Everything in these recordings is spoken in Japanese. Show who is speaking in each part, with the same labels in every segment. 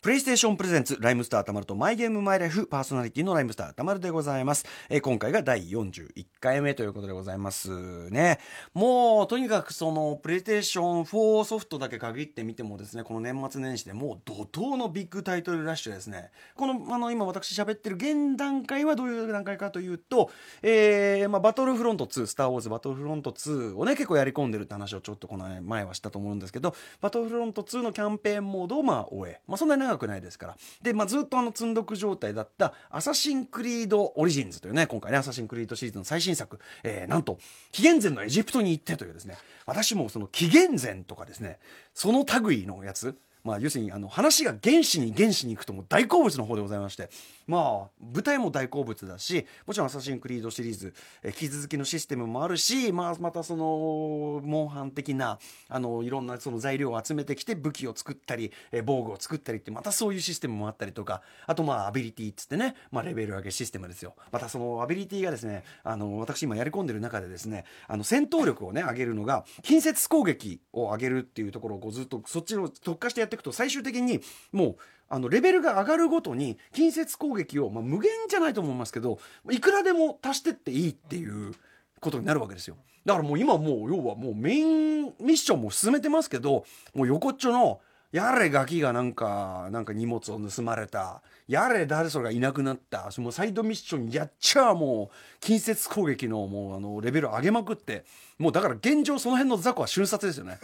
Speaker 1: プレイステーションプレゼンツ、ライムスターたまると、マイゲームマイライフ、パーソナリティのライムスターたまるでございます。えー今回が第41回目ということでございますね。もう、とにかくその、プレイステーション4ソフトだけ限ってみてもですね、この年末年始でもう怒涛のビッグタイトルラッシュですね。この、あの、今私喋ってる現段階はどういう段階かというと、えー、まあ、バトルフロント2、スターウォーズバトルフロント2をね、結構やり込んでるって話をちょっとこの前はしたと思うんですけど、バトルフロント2のキャンペーンモードをまあ終え、まあそんなに長くないですから。で、まあずっとあの積んどく状態だった、アサシンクリードオリジンズというね、今回ね、アサシンクリードシリーズの最新作、えー、なんと、紀元前のエジプトに行ってというですね、私もその紀元前とかですね、その類のやつ、まあ、要するにあの話が原始に原始に行くともう大好物の方でございましてまあ舞台も大好物だしもちろん「アサシン・クリード」シリーズえー引き続きのシステムもあるし、まあ、またそのモンハン的なあのいろんなその材料を集めてきて武器を作ったりえー防具を作ったりってまたそういうシステムもあったりとかあとまあアビリティっつってね、まあ、レベル上げシステムですよまたそのアビリティがですねあの私今やり込んでる中でですねあの戦闘力をね上げるのが近接攻撃を上げるっていうところをこうずっとそっちを特化してやっていくと最終的にもうあのレベルが上がるごとに近接攻撃を、まあ、無限じゃないと思いますけどいくらでも足してっていいっていうことになるわけですよだからもう今もう要はもうメインミッションも進めてますけどもう横っちょのやれガキがなんか、なんか荷物を盗まれた。やれ誰それがいなくなった。もうサイドミッションやっちゃあもう、近接攻撃のもうあの、レベル上げまくって。もうだから現状その辺の雑魚は瞬殺ですよね。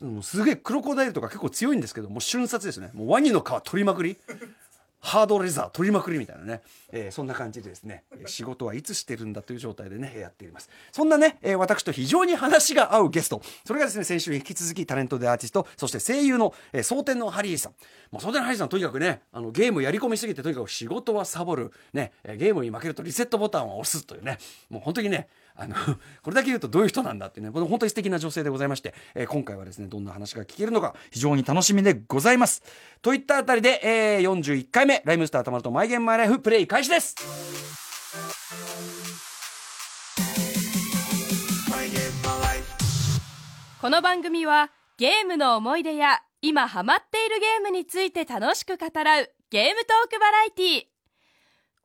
Speaker 1: もうすげえクロコダイルとか結構強いんですけど、もう瞬殺ですね。もうワニの皮取りまくり。ハードレザー取りまくりみたいなね、えーそんな感じでですね、えー仕事はいつしてるんだという状態でね、えーやっています。そんなね、えー私と非常に話が合うゲスト、それがですね、先週に引き続きタレントでアーティスト、そして声優の、えー、蒼天のハリーさん。もう蒼天のハリーさんとにかくね、あのゲームやり込みすぎてとにかく仕事はサボる、ね、えーゲームに負けるとリセットボタンを押すというね、もう本当にね、あの これだけ言うとどういう人なんだっていうね、この本当に素敵な女性でございまして、えー今回はですね、どんな話が聞けるのか非常に楽しみでございます。といったあたりで、えー41回目、ライムスターたまるとマイゲームマイライフプレイ開始です
Speaker 2: この番組はゲームの思い出や今ハマっているゲームについて楽しく語らうゲームトークバラエティー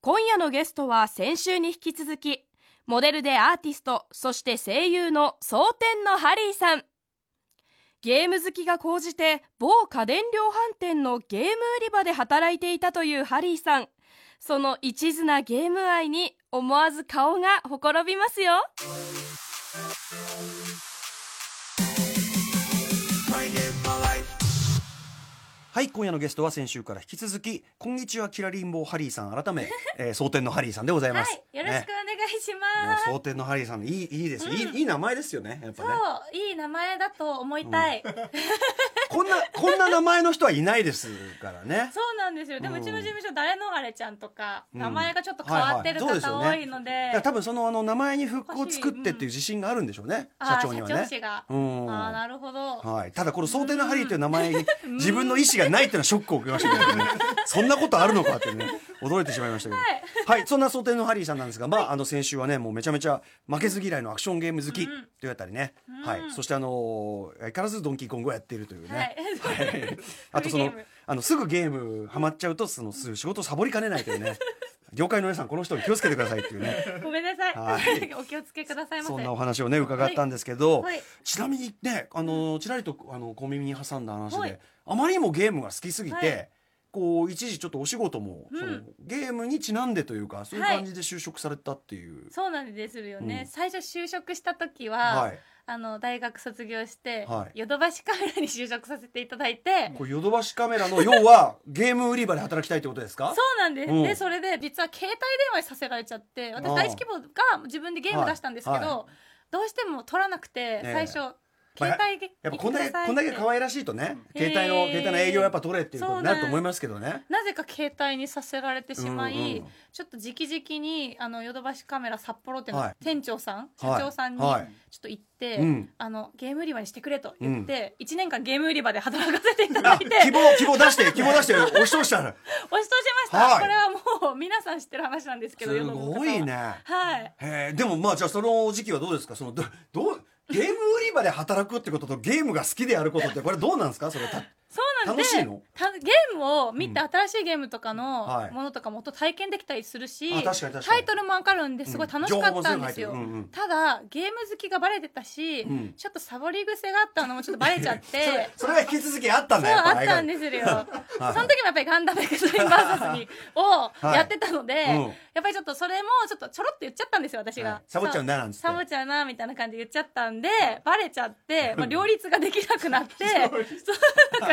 Speaker 2: 今夜のゲストは先週に引き続きモデルでアーティストそして声優の蒼天のハリーさんゲーム好きが高じて某家電量販店のゲーム売り場で働いていたというハリーさんその一途なゲーム愛に思わず顔がほころびますよ
Speaker 1: はい、今夜のゲストは先週から引き続き、こんにちはキラリンボーハリーさん改 め、えー、蒼天のハリーさんでございます。
Speaker 3: はい、よろしくお
Speaker 1: ね
Speaker 3: 願いし
Speaker 1: も
Speaker 3: ます。
Speaker 1: う蒼天のハリーさん、いい、いいです、いい、いい名前ですよね、やっぱ
Speaker 3: そう
Speaker 1: ね。、
Speaker 3: いい名前だと思いたい。
Speaker 1: こんな、こんな名前の人はいないですからね。
Speaker 3: そうなんですよ。でも
Speaker 1: うん
Speaker 3: うちの事務所誰のあれちゃんとか、
Speaker 1: うん
Speaker 3: 名前がちょっと変わってる
Speaker 1: はいはい
Speaker 3: 方
Speaker 1: そう
Speaker 3: 多
Speaker 1: です
Speaker 3: い
Speaker 1: よ
Speaker 3: の
Speaker 1: だ
Speaker 3: で
Speaker 1: から。多分そのあの名前に復興作ってっていう自信があるんでしょうね、
Speaker 3: あ
Speaker 1: 社
Speaker 3: ー
Speaker 1: 長にはね。
Speaker 3: 社長氏が。
Speaker 1: うん
Speaker 3: ああ、なるほど。
Speaker 1: はい、ただこの「蒼天のハリー」という名前に 自分の意思がないっていうのはショックを受けましたけ どねそんなことあるのかってね驚いてしまいましたけど、はいそんな蒼天のハリーさんなんですが、まあ、あの先週はねもうめちゃめちゃ負けず嫌いのアクションゲーム好きというあたりね、はい、そしてあのー相変わらずドンキーコングをやっているというね、
Speaker 3: はい。
Speaker 1: あとその
Speaker 3: フリーゲーム
Speaker 1: あのすぐゲームハマっちゃうとそのすぐ仕事をサボりかねないという ね業界の皆さんこの人に気をつけてくださいっていうね
Speaker 3: ごめんなさ。
Speaker 1: はい
Speaker 3: お気をつけくださいませ。
Speaker 1: そんなお話をね伺ったんですけど、
Speaker 3: はいはい
Speaker 1: ちなみにねあのちらりとあの小耳に挟んだ話で、
Speaker 3: はい
Speaker 1: あまりにもゲームが好きすぎて、
Speaker 3: はい
Speaker 1: こう一時ちょっとお仕事も、
Speaker 3: うん
Speaker 1: そのゲームにちなんでというかそういう
Speaker 3: はい
Speaker 1: 感じで就職されたっていう。
Speaker 3: そうなんですよね、
Speaker 1: うん
Speaker 3: 最初就職した時は、
Speaker 1: はい
Speaker 3: あの大学卒業して、
Speaker 1: はい
Speaker 3: ヨドバシカメラに就職させていただいて、
Speaker 1: こうヨドバシカメラの要はゲーム売り場で働きたいってことですか
Speaker 3: そうなんです、
Speaker 1: うん
Speaker 3: でそれで実は携帯電話にさせられちゃって
Speaker 1: あ
Speaker 3: 私
Speaker 1: あ
Speaker 3: 大規模が自分でゲーム出したんですけど、
Speaker 1: はいは
Speaker 3: どうしても取らなく
Speaker 1: ね
Speaker 3: て、
Speaker 1: え
Speaker 3: 最初携帯で
Speaker 1: やっぱこんだけこんだけ可愛らしいとね
Speaker 3: うん
Speaker 1: 携帯の
Speaker 3: へー
Speaker 1: 携帯の営業やっぱ取れっていうことになると
Speaker 3: そうなん
Speaker 1: 思いますけどね。
Speaker 3: なぜか携帯にさせられてしまい、
Speaker 1: うんうん
Speaker 3: ちょっと直々にあのヨドバシカメラ札幌店
Speaker 1: は
Speaker 3: の
Speaker 1: い
Speaker 3: 店長さん、
Speaker 1: はい
Speaker 3: 社長さんにちょ
Speaker 1: は
Speaker 3: っ
Speaker 1: い
Speaker 3: と行って、
Speaker 1: うん
Speaker 3: あのゲーム売り場にしてくれと言って、一1年間ゲーム売り場で働かせていただ
Speaker 1: あ
Speaker 3: いて
Speaker 1: 希望希望出して希望出して押し通 したら
Speaker 3: 押し通しました、
Speaker 1: はい
Speaker 3: これはもう皆さん知ってる話なんですけど
Speaker 1: す
Speaker 3: 世の中
Speaker 1: ご
Speaker 3: はい
Speaker 1: ね。
Speaker 3: はい
Speaker 1: へえでもまあじゃあその時期はどうですかそのどどうゲーム売り場で働くってこととゲームが好きでやることってこれどうなんですかそれた
Speaker 3: そうなので
Speaker 1: 楽しいの
Speaker 3: たゲームを見て、
Speaker 1: う
Speaker 3: 新しいゲームとかの
Speaker 1: はい
Speaker 3: ものとかもっと体験できたりするし、
Speaker 1: あ確かに確かに
Speaker 3: タイトルもわかるんですごい楽しかったんですよ、
Speaker 1: 情報も全部入って
Speaker 3: ただゲーム好きがバレてたし、
Speaker 1: ん
Speaker 3: ちょっとサボり癖があったのもちょっとバレちゃっ
Speaker 1: るうん それ
Speaker 3: て
Speaker 1: それは引き続きあったん
Speaker 3: そ
Speaker 1: だ
Speaker 3: う
Speaker 1: よ
Speaker 3: あったんですすよ、その時もやっぱりガンダムエクストリームバ ーサスにをやってたので、
Speaker 1: いうん
Speaker 3: やっぱりちょっとそれもちょっとちょろっと言っちゃったんですよ私が、
Speaker 1: サボっちゃうんだなんつって
Speaker 3: サボっちゃうなみたいな感じで言っちゃったんでバレちゃって、まあ、両立ができなくな ってそうなん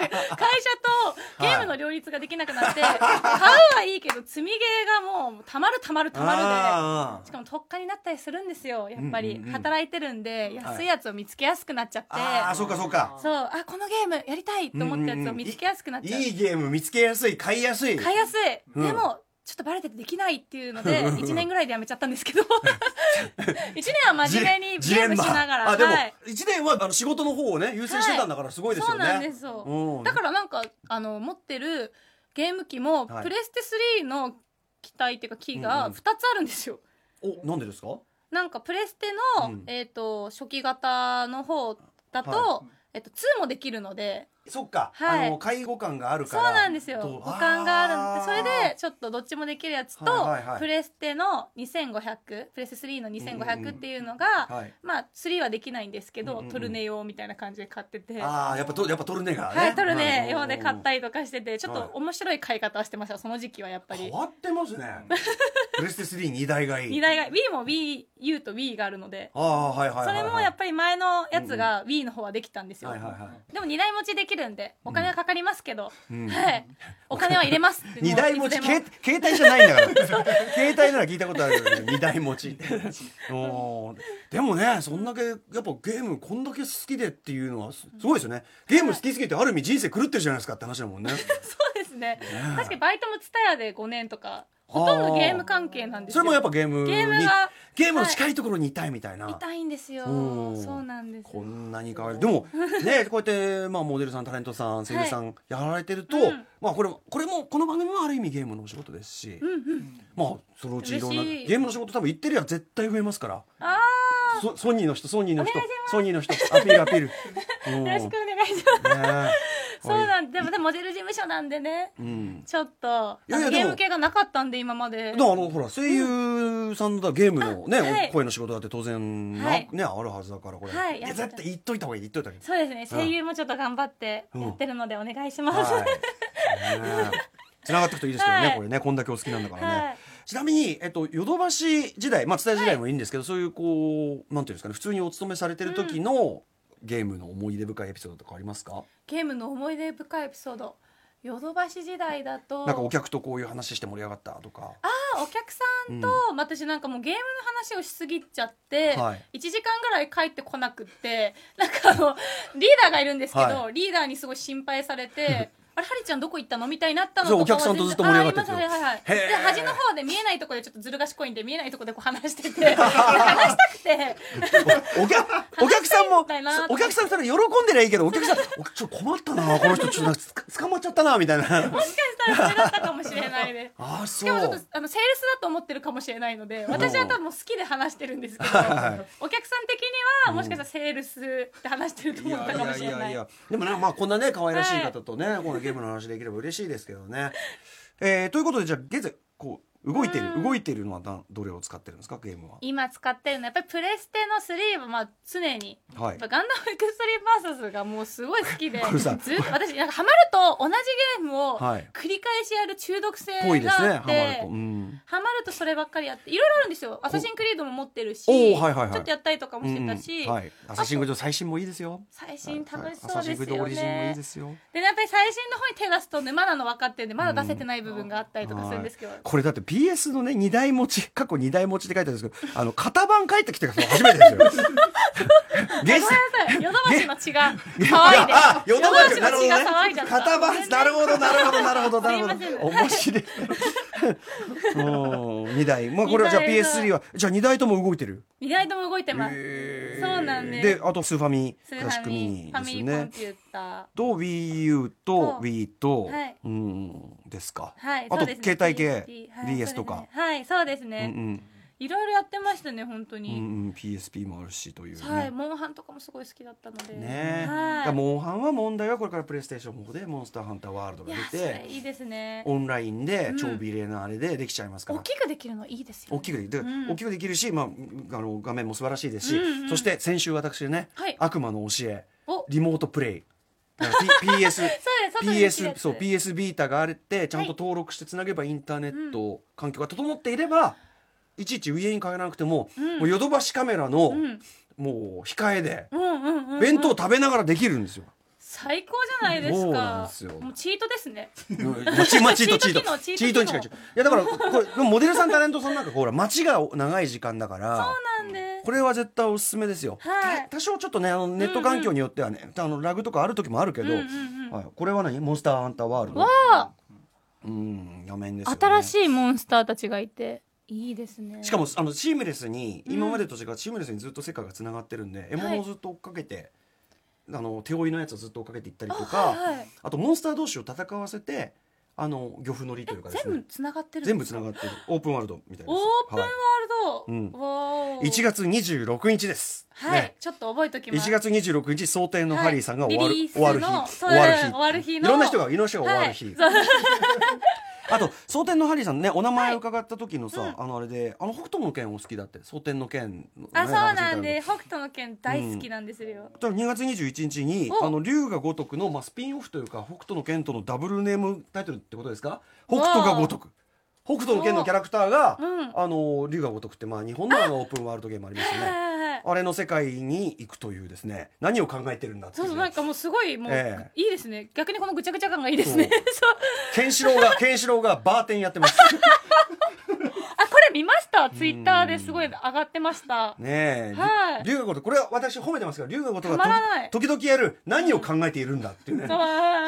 Speaker 3: か会社とゲームの両立ができなく なって、買うはいいけど積みゲーがもうたまるたまるたまるで。
Speaker 1: あー
Speaker 3: しかも特価になったりするんですよやっぱり、
Speaker 1: うんうんうん
Speaker 3: 働いてるんで安いやつを見つけやすくなっちゃって、
Speaker 1: あーそうかそうか
Speaker 3: そうあこのゲームやりたいと思ったやつを見つけやすくなっちゃう
Speaker 1: いいゲーム見つけやすい買いやすい
Speaker 3: 買いやすい、
Speaker 1: うん
Speaker 3: でもちょっとバレててできないっていうので1年ぐらいでやめちゃったんですけど1 年は真面目に
Speaker 1: ジ
Speaker 3: ゲ
Speaker 1: レ
Speaker 3: ー
Speaker 1: ン
Speaker 3: ムし
Speaker 1: マ
Speaker 3: ながら
Speaker 1: あでも
Speaker 3: はい
Speaker 1: 1年はあの仕事の方をね優先してたんだからすごいです
Speaker 3: そう
Speaker 1: よね
Speaker 3: なんですよ、
Speaker 1: うん
Speaker 3: だからなんかあの持ってるゲーム機も、
Speaker 1: はい
Speaker 3: プレステ3の機体っていうかキー
Speaker 1: うんう
Speaker 3: が
Speaker 1: ん
Speaker 3: 2つあるんですよ、
Speaker 1: おなんでですか
Speaker 3: なんかプレステの、
Speaker 1: うん
Speaker 3: えー、と初期型の方だと,、
Speaker 1: は
Speaker 3: えっと2もできるので
Speaker 1: そっか、
Speaker 3: はい
Speaker 1: あの介護感があるか
Speaker 3: そう
Speaker 1: ら
Speaker 3: なんです
Speaker 1: と
Speaker 3: よ五感があるんでそれ
Speaker 1: あー
Speaker 3: でちょっとどっちもできるやつと、
Speaker 1: はいはいはい
Speaker 3: プレステの2500プレステ3の
Speaker 1: うんうんう
Speaker 3: 2500
Speaker 1: ん
Speaker 3: っていうのが、
Speaker 1: はい、
Speaker 3: まあ3はできないんですけど、
Speaker 1: うんうんうん
Speaker 3: トルネ用みたいな感じで買ってて。
Speaker 1: ああやっぱとやっぱトルネがね、
Speaker 3: はい、トルネ
Speaker 1: うん
Speaker 3: 用で買ったりとかしててちょっ
Speaker 1: はい
Speaker 3: と面白い買い方をしてましたその時期はやっぱ
Speaker 1: 変
Speaker 3: り
Speaker 1: わってます ねプレステ3二台買い
Speaker 3: 2台が Wii も WiiU と Wii があるので
Speaker 1: ああはいはい
Speaker 3: そ
Speaker 1: はい、はい、
Speaker 3: れもやっぱり前のやつが Wii の方はできたんですよ、
Speaker 1: はいはいはい
Speaker 3: でも2台持ちできるんでお金はかかりますけど、
Speaker 1: うん
Speaker 3: はいお金は入れますってもう
Speaker 1: 二台持ち
Speaker 3: いつでも
Speaker 1: 携携帯じゃないんだから 携帯なら聞いたことあるけど二台持ちおーでもねそんだけやっぱゲームこんだけ好きでっていうのはすすごいですよねゲーム好きすぎてある意味人生狂ってるじゃないですかって話だもんね
Speaker 3: そうですね確かにバイトもツタヤで5年とかほとんどゲーム関係なんです
Speaker 1: そ
Speaker 3: よ
Speaker 1: れもやっぱゲームに
Speaker 3: ゲームが
Speaker 1: ゲームの近いところにいたいみたいな、
Speaker 3: 痛いんですよ
Speaker 1: うん
Speaker 3: そうなんです
Speaker 1: こんなに可愛いでもねこうやって、まあ、モデルさんタレントさん声優さんやられてると、
Speaker 3: うん
Speaker 1: まあ、これもこれもこの番組もある意味ゲームのお仕事ですし、
Speaker 3: うんうん
Speaker 1: まあそのうちいろんな
Speaker 3: 嬉しい
Speaker 1: ゲームの仕事多分行ってるや絶対増えますから
Speaker 3: あ
Speaker 1: そソニーの人ソニーの人
Speaker 3: お願いし
Speaker 1: ソニーの人アピールアピール、うん
Speaker 3: あよろしくお
Speaker 1: ね
Speaker 3: 願いしますそうなんでもでもモデル事務所なんでね
Speaker 1: うん
Speaker 3: ちょっとあ
Speaker 1: いやいや
Speaker 3: の
Speaker 1: でも
Speaker 3: ゲーム系がなかったんで今まで
Speaker 1: でもあのほら声優さんのだゲームのね、
Speaker 3: はい
Speaker 1: 声の仕事だって当然な、
Speaker 3: はい
Speaker 1: ねあるはずだからこれ、
Speaker 3: はい
Speaker 1: や絶対言っといた方がいい言っといた方がいい
Speaker 3: そうですね声優もちょっと頑張ってやってるのでお願いします、
Speaker 1: はい。ね繋がっていくといいですけどね、
Speaker 3: はい
Speaker 1: これね、こんだけお好きなんだからね。
Speaker 3: はい
Speaker 1: ちなみに、えっと、ヨドバシ時代、まあ、伝え時代もいいんですけど、そういうこう、なんていうんですかね、普通にお勤めされてる時の。ゲームの思い出深いエピソードとかありますか。
Speaker 3: ゲームの思い出深いエピソードヨドバシ時代だと
Speaker 1: なんかお客とこういう話して盛り上がったとか。
Speaker 3: お客さんと、まあ私なんかもうゲームの話をしすぎちゃって、
Speaker 1: はい
Speaker 3: 1時間ぐらい帰ってこなくってなんかあのリーダーがいるんですけど、
Speaker 1: は
Speaker 3: リーダーにすごい心配され て。あれハリちゃんどこ行ったのみたいになったの
Speaker 1: そう
Speaker 3: とかは
Speaker 1: お客さんとずっと
Speaker 3: 全然
Speaker 1: 盛り上がってる
Speaker 3: あーいますはいはいはい
Speaker 1: へー
Speaker 3: で端の方で見えないところでちょっとずる賢いんで見えないところでこう話して て話したくて
Speaker 1: お 客、お客さんも
Speaker 3: 話したいなと、
Speaker 1: お
Speaker 3: 思って
Speaker 1: 客さんそれ喜んでりゃいいけど、お客さん、おちょっと困ったな、この人、ちょっとなんかつか捕まっちゃったなみたいな。
Speaker 3: もしかしたらそれだったかもしれないで
Speaker 1: ああ、 そ
Speaker 3: しかもちょっと
Speaker 1: う。
Speaker 3: あのセールスだと思ってるかもしれないので私は多分もう好きで話してるんですけどお客
Speaker 1: は
Speaker 3: さ
Speaker 1: い
Speaker 3: ん的にはもしかしたらセールスって話してると思ったかもしれない
Speaker 1: でもねまあこんなね可愛らしい方とね、このゲームの話できれば嬉しいですけどね。えー、ということでじゃあ現在こう動いてる動いてるのはなどれを使ってるんですかゲームは。
Speaker 3: 今使ってるのはやっぱりプレステの3はまあ常に、
Speaker 1: は
Speaker 3: や
Speaker 1: い
Speaker 3: っぱ。ガンダムエクストリーム VS がもうすごい好 きで
Speaker 1: これさ
Speaker 3: ずっと私なんかハマると同じゲームを
Speaker 1: はい
Speaker 3: 繰り返しやる中毒性
Speaker 1: ぽいですね
Speaker 3: が
Speaker 1: ハ
Speaker 3: あっ
Speaker 1: マ
Speaker 3: て、
Speaker 1: ると。うん。
Speaker 3: ハマるとそればっかりやっていろいろあるんですよ「アサシンクリード」も持ってるし、
Speaker 1: おーはいはいはい
Speaker 3: ちょっとやったりとかもしてたし、
Speaker 1: うんはい。アサシングリード最新もいいですよ。
Speaker 3: 最新楽し
Speaker 1: はい
Speaker 3: そ
Speaker 1: アサ
Speaker 3: う
Speaker 1: シ
Speaker 3: で
Speaker 1: ング
Speaker 3: す
Speaker 1: リードオ
Speaker 3: よ
Speaker 1: リジンもいい
Speaker 3: ね
Speaker 1: ですよ。
Speaker 3: でやっぱり最新の方に手出すと沼なの分かってるんでまだ出せてない部分があったりとかするんですけど、
Speaker 1: はいこれだって PS のね2台持ち 過去2台持ちって書いてあるんですけどあの型番帰ってきてから初めて ですよゲス
Speaker 3: ごめんなさい。ヨドバシの血が騒いで。
Speaker 1: あ ヨドバシ
Speaker 3: ヨの血が騒いじゃった。
Speaker 1: 肩バスなるほどなるほどなるほどなるほど
Speaker 3: すいません
Speaker 1: 面白いおー二台まあこれはじゃあ
Speaker 3: 二台が
Speaker 1: PS3 はじゃあ二台とも動いてる
Speaker 3: 意外とも動いてます。
Speaker 1: へー
Speaker 3: そうなんです
Speaker 1: であとスーファミ
Speaker 3: ス
Speaker 1: ク
Speaker 3: ーフ
Speaker 1: ラシッ
Speaker 3: ァ
Speaker 1: ク
Speaker 3: ミ、
Speaker 1: ミ
Speaker 3: ファ
Speaker 1: ニ
Speaker 3: ミ
Speaker 1: です
Speaker 3: リ
Speaker 1: よね
Speaker 3: ーコンピュータ
Speaker 1: と WiiU と
Speaker 3: と
Speaker 1: Wii と
Speaker 3: はい
Speaker 1: うんですか
Speaker 3: ー。はい、
Speaker 1: あ
Speaker 3: そ
Speaker 1: と
Speaker 3: うですね
Speaker 1: 携帯系
Speaker 3: PSP はい
Speaker 1: DS と
Speaker 3: そう
Speaker 1: か
Speaker 3: ですねはい、そうです
Speaker 1: うんう
Speaker 3: ね。
Speaker 1: ん
Speaker 3: いろいろやってましたね本当
Speaker 1: うん
Speaker 3: に、
Speaker 1: うん、PSP もあるしというね、
Speaker 3: はいモンハンとかもすごい好きだったので
Speaker 1: ねえ、
Speaker 3: は
Speaker 1: だから
Speaker 3: い
Speaker 1: モンハンは問題はこれからプレイステーション4でモンスターハンターワールド
Speaker 3: い
Speaker 1: が
Speaker 3: やそ
Speaker 1: 出
Speaker 3: れ
Speaker 1: て
Speaker 3: いいですね
Speaker 1: オンラインで
Speaker 3: うん
Speaker 1: 超美麗なあれでできちゃいますから、
Speaker 3: 大きくできるのいいですよ、ね、
Speaker 1: 大きくできる、
Speaker 3: うん
Speaker 1: 大きくできるし、まあ、あの画面も素晴らしいですし、
Speaker 3: うんうん
Speaker 1: そして先週私ね、
Speaker 3: はい
Speaker 1: 悪魔の教え
Speaker 3: お
Speaker 1: リモートプレイだから P- PS
Speaker 3: そうです外に行けるや
Speaker 1: PS
Speaker 3: つ
Speaker 1: そう PS ビータがあれってちゃんと
Speaker 3: はい
Speaker 1: 登録してつなげばインターネット環境が整っていれば、いちいち上に帰らなくても,、
Speaker 3: うん
Speaker 1: もうヨドバシカメラの、
Speaker 3: うん
Speaker 1: もう控えで
Speaker 3: うんうんうんうん
Speaker 1: 弁当食べながらできるん ですよ。
Speaker 3: 最高じゃないですか
Speaker 1: そうなんですよ
Speaker 3: もうチートですね
Speaker 1: もうチーまあチートチ
Speaker 3: チ
Speaker 1: ート
Speaker 3: ート機能
Speaker 1: チ
Speaker 3: チート機能
Speaker 1: ートに近い。いやだからこれでもモデルさんタレントさんなんかほら街が長い時間だから
Speaker 3: そうなんです
Speaker 1: これは絶対おすすめですよ。
Speaker 3: はい
Speaker 1: た多少ちょっとねあのネット環境によってはね、あのラグとかある時もあるけど、
Speaker 3: うんうんうん
Speaker 1: はい、これはねモンスターハンターワールド
Speaker 3: わ。あ
Speaker 1: うん画面ですよね。
Speaker 3: 新しいモンスターたちがいていいですね
Speaker 1: しかもあのシームレスに
Speaker 3: ん
Speaker 1: 今までと違ってシームレスにずっと世界がつながってるんで、獲物をずっと追っかけてあの手負いのやつをずっと追っかけていったりとかあ,、
Speaker 3: はいはい
Speaker 1: とモンスター同士を戦わせてあの漁夫の利というかです
Speaker 3: 全部
Speaker 1: ね
Speaker 3: つながってる
Speaker 1: 全部つ
Speaker 3: が
Speaker 1: ながってるオープンワールドみたいな
Speaker 3: オープンワ
Speaker 1: はい
Speaker 3: ールド、わお
Speaker 1: 1月26日です、
Speaker 3: はい、
Speaker 1: ね
Speaker 3: ちょっと覚えときます
Speaker 1: 1月26日蒼天のハリーさんが終わる,、
Speaker 3: はいリリース
Speaker 1: 終わる日
Speaker 3: の
Speaker 1: 終わる日
Speaker 3: そう終わる日の
Speaker 1: いろんな人がいろんな人が終わる日、
Speaker 3: はい、そう
Speaker 1: あと蒼天のハリーさんねお名前伺った時のさ、
Speaker 3: はいうん
Speaker 1: あのあれであの北斗の拳お好きだって蒼天の拳の、ね、
Speaker 3: あそうな
Speaker 1: 話
Speaker 3: ん
Speaker 1: みたいの
Speaker 3: で北斗の拳大好きなんですよ、
Speaker 1: だから2月21日に
Speaker 3: お
Speaker 1: あの龍が如くの、まあ、スピンオフというか北斗の拳とのダブルネームタイトルってことですか北斗が如く北斗の拳のキャラクターが、
Speaker 3: うん
Speaker 1: あの龍が如くって、まあ、日本のあのオープンワールドゲームありますよ
Speaker 3: はい
Speaker 1: ね
Speaker 3: はいはい
Speaker 1: あれの世界に行くというですね何を考えてるんだってい
Speaker 3: そうう
Speaker 1: ね
Speaker 3: そうなんかもうすごいもう、
Speaker 1: え
Speaker 3: いいですね逆にこのぐちゃぐちゃ感がいいですね そう
Speaker 1: ケンシロウがケンシロウがバーテンやってます
Speaker 3: あこれ見ましたツイッターですごい上がってました
Speaker 1: ねえ、
Speaker 3: はい
Speaker 1: 龍が如くこれは私褒めてますけど龍が如く
Speaker 3: たま
Speaker 1: が
Speaker 3: らない
Speaker 1: と時々やる何を考えているんだっていうね、そ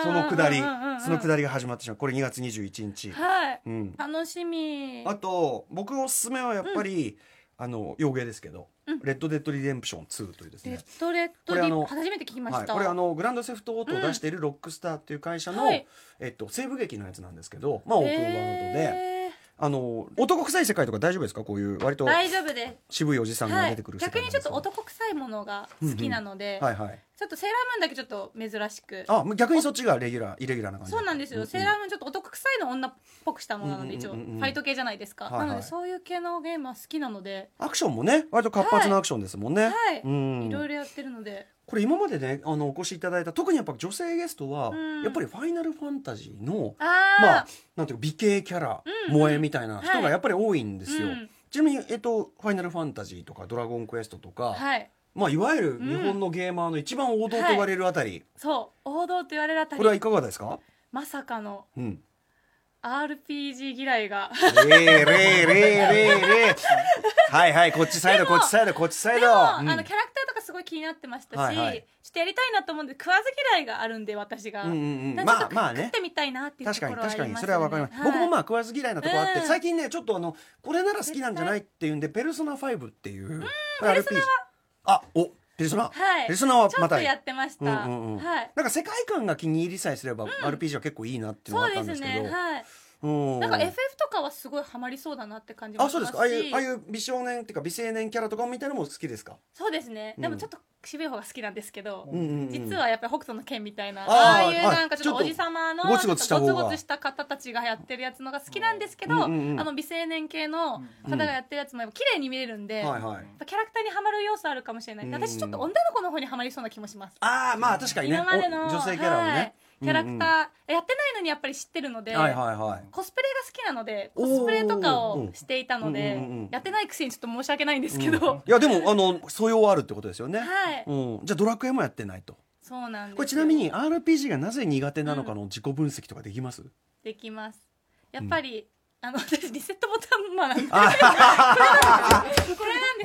Speaker 3: そ
Speaker 1: のくだり、そのくだり
Speaker 3: り
Speaker 1: が始まってしまうこれ2月21日、
Speaker 3: はい
Speaker 1: うん、
Speaker 3: 楽しみ
Speaker 1: あと僕おすすめはやっぱり、あの洋芸ですけど、
Speaker 3: うん
Speaker 1: レッド・デッド・リデンプション2」というです
Speaker 3: レ
Speaker 1: ね
Speaker 3: ッドレッ
Speaker 1: こ
Speaker 3: ド
Speaker 1: れ
Speaker 3: リ
Speaker 1: あ
Speaker 3: ッ
Speaker 1: の
Speaker 3: プ初めて聞きま
Speaker 1: は
Speaker 3: し
Speaker 1: い、
Speaker 3: た、
Speaker 1: これあのグランドセフトオートを出しているロックスターっていう会社の、
Speaker 3: はい
Speaker 1: えっと、西部劇のやつなんですけど、まあ、オープンワールドで、
Speaker 3: へー
Speaker 1: あの男臭い世界とか大丈夫ですかこういう割と
Speaker 3: 大丈夫です
Speaker 1: 渋いおじさんが
Speaker 3: は
Speaker 1: 出
Speaker 3: い
Speaker 1: てくる、世界
Speaker 3: 逆
Speaker 1: な
Speaker 3: に
Speaker 1: ん
Speaker 3: ち
Speaker 1: で
Speaker 3: ょっ
Speaker 1: すけ
Speaker 3: と
Speaker 1: ど
Speaker 3: 男臭いものが好きなので、
Speaker 1: はいはい
Speaker 3: ちょっとセーラームーンだけちょっと珍しく
Speaker 1: あ逆にそっちがレギュラーイレギュラーな感じ
Speaker 3: そうなんですよ、セーラームーンちょっと男臭いの女っぽくしたものなので、
Speaker 1: うんうんうんうん
Speaker 3: 一応ファイト系じゃないですか、
Speaker 1: はいはい
Speaker 3: なのでそういう系のゲームは好きなので、
Speaker 1: アクションもね割と活発なアクションですもんね、
Speaker 3: はい
Speaker 1: うん
Speaker 3: いろいろやってるので
Speaker 1: これ今までねあのお越しいただいた特にやっぱ女性ゲストは、
Speaker 3: うん
Speaker 1: やっぱり「ファイナルファンタジー」の
Speaker 3: あー、
Speaker 1: まあなんていうか美形キャラ、
Speaker 3: うんうん
Speaker 1: 萌えみたいな人がやっぱり多いんですよ、
Speaker 3: うん
Speaker 1: ちなみに、えっと「ファイナルファンタジー」とか「ドラゴンクエスト」とか、
Speaker 3: はい
Speaker 1: まあ、いわゆる日本のゲーマーの一番王道と言われるあたり、
Speaker 3: そう王道と言われるあた
Speaker 1: これはい
Speaker 3: り
Speaker 1: かがですか、
Speaker 3: まさかの
Speaker 1: うん、
Speaker 3: RPG 嫌いが
Speaker 1: れーれーれーれーれーはいはいこっちサイド
Speaker 3: で
Speaker 1: こ
Speaker 3: も
Speaker 1: っちサイドこっちサイ
Speaker 3: で
Speaker 1: ド、
Speaker 3: も、
Speaker 1: うん
Speaker 3: あのキャラクターとかすごい気になってましたし、
Speaker 1: はいはい
Speaker 3: ちょっとやりたいなと思うんで食わず嫌いがあるんで私が、
Speaker 1: うんうんうん
Speaker 3: なんかちょっと
Speaker 1: まあまあね
Speaker 3: 食ってみたいなっていうと
Speaker 1: 確
Speaker 3: こ
Speaker 1: かに
Speaker 3: ろはありま
Speaker 1: 確かに
Speaker 3: すよね
Speaker 1: それはわかります、僕もま
Speaker 3: あ
Speaker 1: あ食わず嫌いなとこあって、
Speaker 3: うん
Speaker 1: 最近ねちょっとあのこれなら好きなんじゃないっていうんで「ペルソナ5」っていう、これ RPG あおペルソナ、
Speaker 3: はい
Speaker 1: ペルソナは
Speaker 3: ちょ
Speaker 1: ま
Speaker 3: っと
Speaker 1: たいい
Speaker 3: やってました、
Speaker 1: うんうんうん
Speaker 3: はい
Speaker 1: なんか世界観が気に入りさえすれば RPG は結構いいなっていうの
Speaker 3: そ
Speaker 1: があ
Speaker 3: う
Speaker 1: った
Speaker 3: で
Speaker 1: んですすけ
Speaker 3: ね
Speaker 1: ど
Speaker 3: はい
Speaker 1: うん
Speaker 3: なんか FF とかはすごいハマりそうだなって感じも
Speaker 1: あ
Speaker 3: し
Speaker 1: そう
Speaker 3: ま
Speaker 1: です
Speaker 3: すし
Speaker 1: かああいうああいう美少年っていうか美青年キャラとかみたいなのも好きですか
Speaker 3: そうですね
Speaker 1: うん
Speaker 3: でもちょっと渋い方が好きなんですけど、
Speaker 1: うんうんうん
Speaker 3: 実はやっぱり北斗の拳みたいな、
Speaker 1: あー
Speaker 3: ああいう
Speaker 1: はい
Speaker 3: なんかちょっとおじさまの
Speaker 1: ちょっとゴツゴツした方が
Speaker 3: ちょっとゴツゴツした方たちがやってるやつのが好きなんですけど、
Speaker 1: うんうんうん
Speaker 3: あの美青年系の方がやってるやつもやっぱ綺麗に見れるん
Speaker 1: は
Speaker 3: で、
Speaker 1: い
Speaker 3: やっ
Speaker 1: はい
Speaker 3: ぱキャラクターにはまる要素あるかもしれない、
Speaker 1: うん
Speaker 3: 私ちょっと女の子の方にはまりそうな気もします、
Speaker 1: ああまあ確かにね
Speaker 3: 今までの
Speaker 1: お女性キャラを
Speaker 3: はい
Speaker 1: ね、
Speaker 3: キャラクター、
Speaker 1: うん
Speaker 3: やってないのにやっぱり知ってるので、
Speaker 1: うんはいはいはい
Speaker 3: コスプレが好きなのでコスプレとかをしていたの
Speaker 1: おー
Speaker 3: で、
Speaker 1: うんうんうん
Speaker 3: やってないくせにちょっと申し訳ないんですけど、
Speaker 1: いやでもあの素養はあるってことですよね、
Speaker 3: はい
Speaker 1: うん、じゃあドラクエもやってないと
Speaker 3: そうなんですよ
Speaker 1: これちなみに RPG がなぜ苦手なのかの自己分析とかできます、
Speaker 3: できますやっぱり、あの私リセットボタンマンなんでこれなんで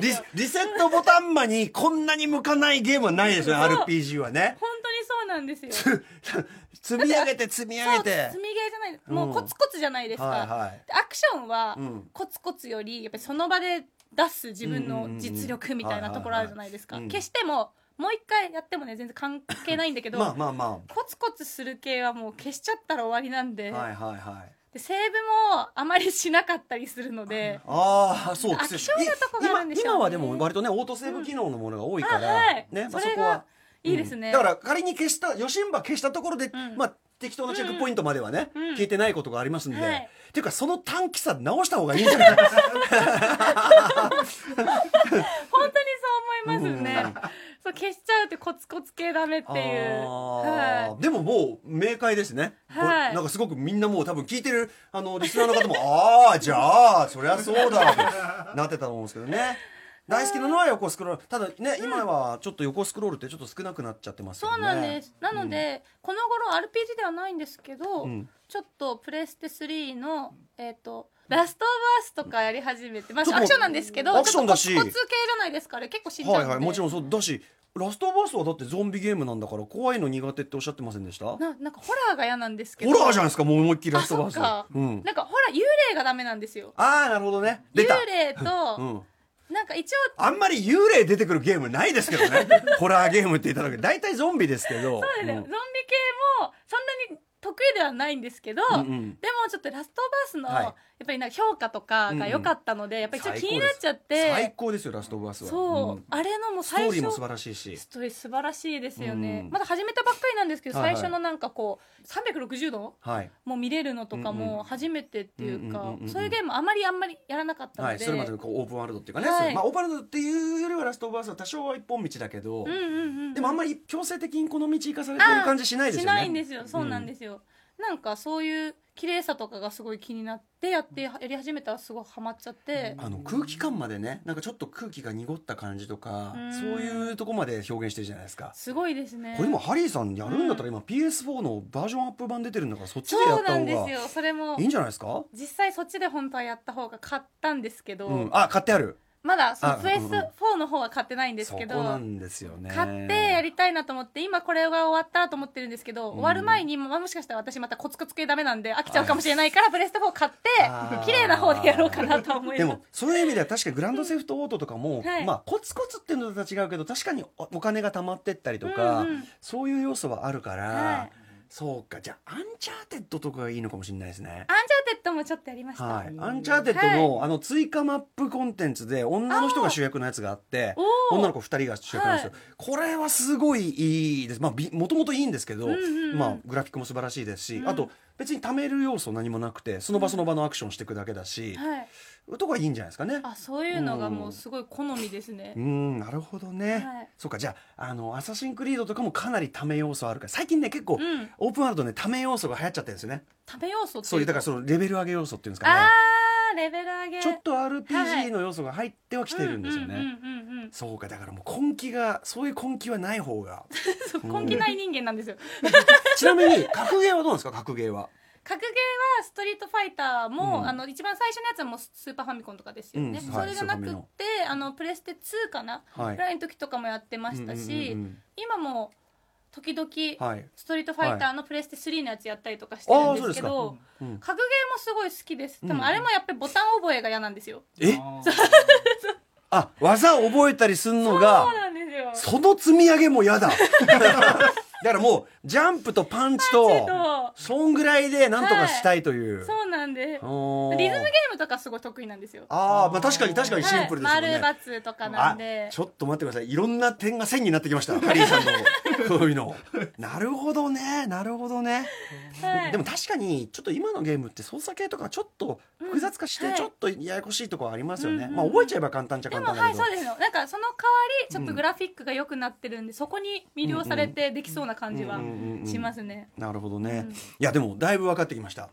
Speaker 1: リ
Speaker 3: すよ
Speaker 1: リセットボタンマにこんなに向かないゲームはないですよね
Speaker 3: そう
Speaker 1: RPG はね
Speaker 3: 本当にそうなんですよそう
Speaker 1: 積み上げて積み上げ
Speaker 3: 積みゲ
Speaker 1: て
Speaker 3: ーじゃない
Speaker 1: うん
Speaker 3: もうコツコツじゃないですか、
Speaker 1: はいはい
Speaker 3: アクションは
Speaker 1: うん
Speaker 3: コツコツよりやっぱりその場で出す自分
Speaker 1: う
Speaker 3: の
Speaker 1: んうんうん
Speaker 3: 実力みたいなところあるじゃないですか、
Speaker 1: はいはいはいうん
Speaker 3: 決してももう一回やってもね全然関係ないんだけど、
Speaker 1: まあまあま
Speaker 3: コツコツする系はもう消しちゃったら終わりなんで、
Speaker 1: あはいはいはい
Speaker 3: でセーブもあまりしなかったりするので
Speaker 1: ああそう
Speaker 3: あ
Speaker 1: 失礼し
Speaker 3: 貴重なとこがあるんでしょうね
Speaker 1: 今今はでも割とねオートセーブ機能のものが多いから、
Speaker 3: うんあはい
Speaker 1: ねまあ、
Speaker 3: そ
Speaker 1: そ
Speaker 3: れ
Speaker 1: こ
Speaker 3: が
Speaker 1: は。
Speaker 3: いいですね、
Speaker 1: うんだから仮に消した余震波消したところで、
Speaker 3: ん
Speaker 1: まあ適当なチェックポイントまではね、
Speaker 3: うんうん
Speaker 1: 消えてないことがありますんで、
Speaker 3: はい
Speaker 1: っていうかその短期さ直した方がいいんじゃ ないですか
Speaker 3: 本当にそう思いますね、
Speaker 1: うん
Speaker 3: そう消しちゃうってコツコツ系ダメっていうは
Speaker 1: でももう明快ですね、
Speaker 3: はい
Speaker 1: これなんかすごくみんなもう多分聞いてるあのリスナーの方も ああじゃあそりゃそうだってなってたと思うんですけどね大好きなのは横スクロールただね、今はちょっと横スクロールってちょっと少なくなっちゃってま
Speaker 3: い
Speaker 1: すよね
Speaker 3: そうなんです、なので、この頃 RPG ではないんですけど、
Speaker 1: うん
Speaker 3: ちょっとプレステ3のえっ、とラストオブアスとかやり始めてまあ
Speaker 1: ちょっと
Speaker 3: アクションなんですけど
Speaker 1: アクションだし
Speaker 3: ちょっとコツコツ系じゃないですかあれ結構死んじゃう
Speaker 1: は
Speaker 3: の
Speaker 1: い
Speaker 3: で、
Speaker 1: はいもちろんそうだしラストバースはだってゾンビゲームなんだから怖いの苦手っておっしゃってませんでしたホ
Speaker 3: ななんかホラーが嫌なんですけど
Speaker 1: ラーじゃないですかもう思いっきりラストバース
Speaker 3: あそっか
Speaker 1: うん、
Speaker 3: なんかホラー幽霊がダメなんですよ
Speaker 1: ああなるほどね
Speaker 3: 幽
Speaker 1: 出た、
Speaker 3: 霊と、
Speaker 1: うん、
Speaker 3: なんか一応
Speaker 1: あんまり幽霊出てくるゲームないですけど ねホラーゲームって言っただけ大体ゾンビですけど
Speaker 3: そうですねゾンビ系もそんなに得意ではないんですけど、
Speaker 1: うんうん
Speaker 3: でもちょっとラストバースの、
Speaker 1: はい
Speaker 3: やっぱりなんか評価とかが良かったので、やっぱりちょっと気になっちゃっ
Speaker 1: 最
Speaker 3: て
Speaker 1: 高ですよラストバースは
Speaker 3: そう、
Speaker 1: ん
Speaker 3: あれのもう
Speaker 1: スト
Speaker 3: 最
Speaker 1: ー
Speaker 3: 初
Speaker 1: リーも素晴らしいし
Speaker 3: ストーリー素晴らしいですよね、
Speaker 1: うん
Speaker 3: まだ始めたばっかりなんですけど、
Speaker 1: はいはい
Speaker 3: 最初のなんかこう360度
Speaker 1: はい、
Speaker 3: もう見れるのとか
Speaker 1: うんう
Speaker 3: も
Speaker 1: ん
Speaker 3: 初めてっていう
Speaker 1: うんうん
Speaker 3: か
Speaker 1: うんうんうん
Speaker 3: そういうゲームあまりあんまりやらなかったので、
Speaker 1: はい、それまでのこうオープンワールドっていうかね、
Speaker 3: はい
Speaker 1: そうまあ、オープンワールドっていうよりはラストバースは多少は一本道だけど、
Speaker 3: うんうんうん、
Speaker 1: でもあんまり強制的にこの道行かされてる感じしないですよね
Speaker 3: しないんですよそうなんですよ、なんかそういう綺麗さとかがすごい気になってやってやり始めたらすごいハマっちゃって、
Speaker 1: あの空気感までねなんかちょっと空気が濁った感じとか
Speaker 3: うん
Speaker 1: そういうとこまで表現してるじゃないですか
Speaker 3: すごいですね
Speaker 1: これ今ハリーさんやるんだったら今 PS4 のバージョンアップ版出てるんだからそっちでや
Speaker 3: そ
Speaker 1: っ
Speaker 3: う
Speaker 1: た
Speaker 3: なん
Speaker 1: 方
Speaker 3: で
Speaker 1: が
Speaker 3: すよそれも
Speaker 1: いいんじゃないですか
Speaker 3: 実際そっちで本当はやった方が買ったんですけど、
Speaker 1: うん、あ買ってある
Speaker 3: まだその
Speaker 1: あうんうん
Speaker 3: PS4 の方は買ってないんです
Speaker 1: そ
Speaker 3: け
Speaker 1: こ
Speaker 3: ど、
Speaker 1: なんですよね
Speaker 3: 買ってやりたいなと思って今これが終わったらと思ってるんですけど、終わる前にまあもしかしたら私またコツコツ系ダメなんで飽きちゃうかもしれないからプレステ4買って
Speaker 1: あー
Speaker 3: 綺麗な方でやろうかなと思い
Speaker 1: で
Speaker 3: ます
Speaker 1: もそういう意味では確かにグランドセフトオートとかも、
Speaker 3: んはい
Speaker 1: まあコツコツっていうのとは違うけど確かにおお金が貯まってったりとか、
Speaker 3: うんうん
Speaker 1: そういう要素はあるから、
Speaker 3: はい
Speaker 1: そうかじゃあアンチャーテッドとかがいいのかもしれないですね
Speaker 3: アンジャーテッドもちょっとやりました、
Speaker 1: はい、アンチャーテッドの,、あの追加マップコンテンツで女の人が主役のやつがあって
Speaker 3: おー
Speaker 1: 女の子2人が主役なんですよ、
Speaker 3: は
Speaker 1: これはすごいいいですまあびもともといいんですけど、
Speaker 3: うんうんうん
Speaker 1: まあ、グラフィックも素晴らしいですし、
Speaker 3: うん
Speaker 1: あと別に貯める要素何もなくてその場その場のアクションしていくだけだし、
Speaker 3: はい、
Speaker 1: とこはいいんじゃないですかね。
Speaker 3: あそういうのがもうすごい好みですね、
Speaker 1: うんなるほどね、
Speaker 3: はい
Speaker 1: そうかじゃああの「アサシンクリード」とかもかなりため要素あるから最近ね結構、
Speaker 3: うん
Speaker 1: オープンワールドねため要素が流行っちゃってるんですよね
Speaker 3: 食べ要素っていう
Speaker 1: そういうだからそのレベル上げ要素っていうんですかね
Speaker 3: あーレベル上げ
Speaker 1: ちょっと
Speaker 3: は
Speaker 1: RPG
Speaker 3: い
Speaker 1: の要素が入ってはきてるんですよね、
Speaker 3: うんうんうんうん
Speaker 1: そうかだからもう根気がそういう根気はない方 が
Speaker 3: そう根気ない人間なんですよ
Speaker 1: ちなみに格ゲーはどうなんですか格ゲーは
Speaker 3: 格ゲーはストリートファイター
Speaker 1: う
Speaker 3: も、
Speaker 1: ん
Speaker 3: あの一番最初のやつはもうスーパーファミコンとかですよね、
Speaker 1: うん
Speaker 3: それじゃなく
Speaker 1: は
Speaker 3: っ
Speaker 1: いスー
Speaker 3: て
Speaker 1: ファミ
Speaker 3: あのプレステ2かな、
Speaker 1: はい
Speaker 3: ぐらいの時とかもやってましたし、
Speaker 1: うんうん
Speaker 3: 今も時々
Speaker 1: うんはい、
Speaker 3: ストリートファイターのプレステ3のやつやったりとかしてるんですけ
Speaker 1: あー
Speaker 3: ど、
Speaker 1: うん、
Speaker 3: 格ゲーもすごい好きですで
Speaker 1: うん
Speaker 3: もあれもやっぱりボタン覚えが嫌なんですよ、
Speaker 1: え
Speaker 4: あー
Speaker 1: あ技を覚えたりすんのが
Speaker 3: そうなんですよ
Speaker 1: その積み上げも嫌だだからもうジャンプとパンチと
Speaker 3: パン
Speaker 1: そんぐらいでなんとかしたいという、
Speaker 3: そうなんで
Speaker 1: おー
Speaker 3: リズムゲームとかすごい得意なんですよ
Speaker 1: ああまあ確かに確かにシンプルですよね、
Speaker 3: はい、丸×とかなんで
Speaker 1: あちょっと待ってくださいいろんな点が線になってきましたハリーさん のこういうのなるほどねなるほどね、
Speaker 3: はい
Speaker 1: でも確かにちょっと今のゲームって操作系とかちょっと複雑化して
Speaker 3: うんはい
Speaker 1: ちょっとややこしいところありますよね、
Speaker 3: うんうん
Speaker 1: まあ覚えちゃえば簡単っちゃ
Speaker 3: で
Speaker 1: 簡
Speaker 3: も
Speaker 1: 単だ
Speaker 3: は
Speaker 1: け
Speaker 3: い
Speaker 1: ど、
Speaker 3: そうですよなんかその代わりちょっとグラフィックが良くなってるんで、そこに魅了されてできそうな感じは
Speaker 1: うんうんうんうん
Speaker 3: しますね、
Speaker 1: なるほどね、
Speaker 3: うん
Speaker 1: いやでもだいぶ分かってきました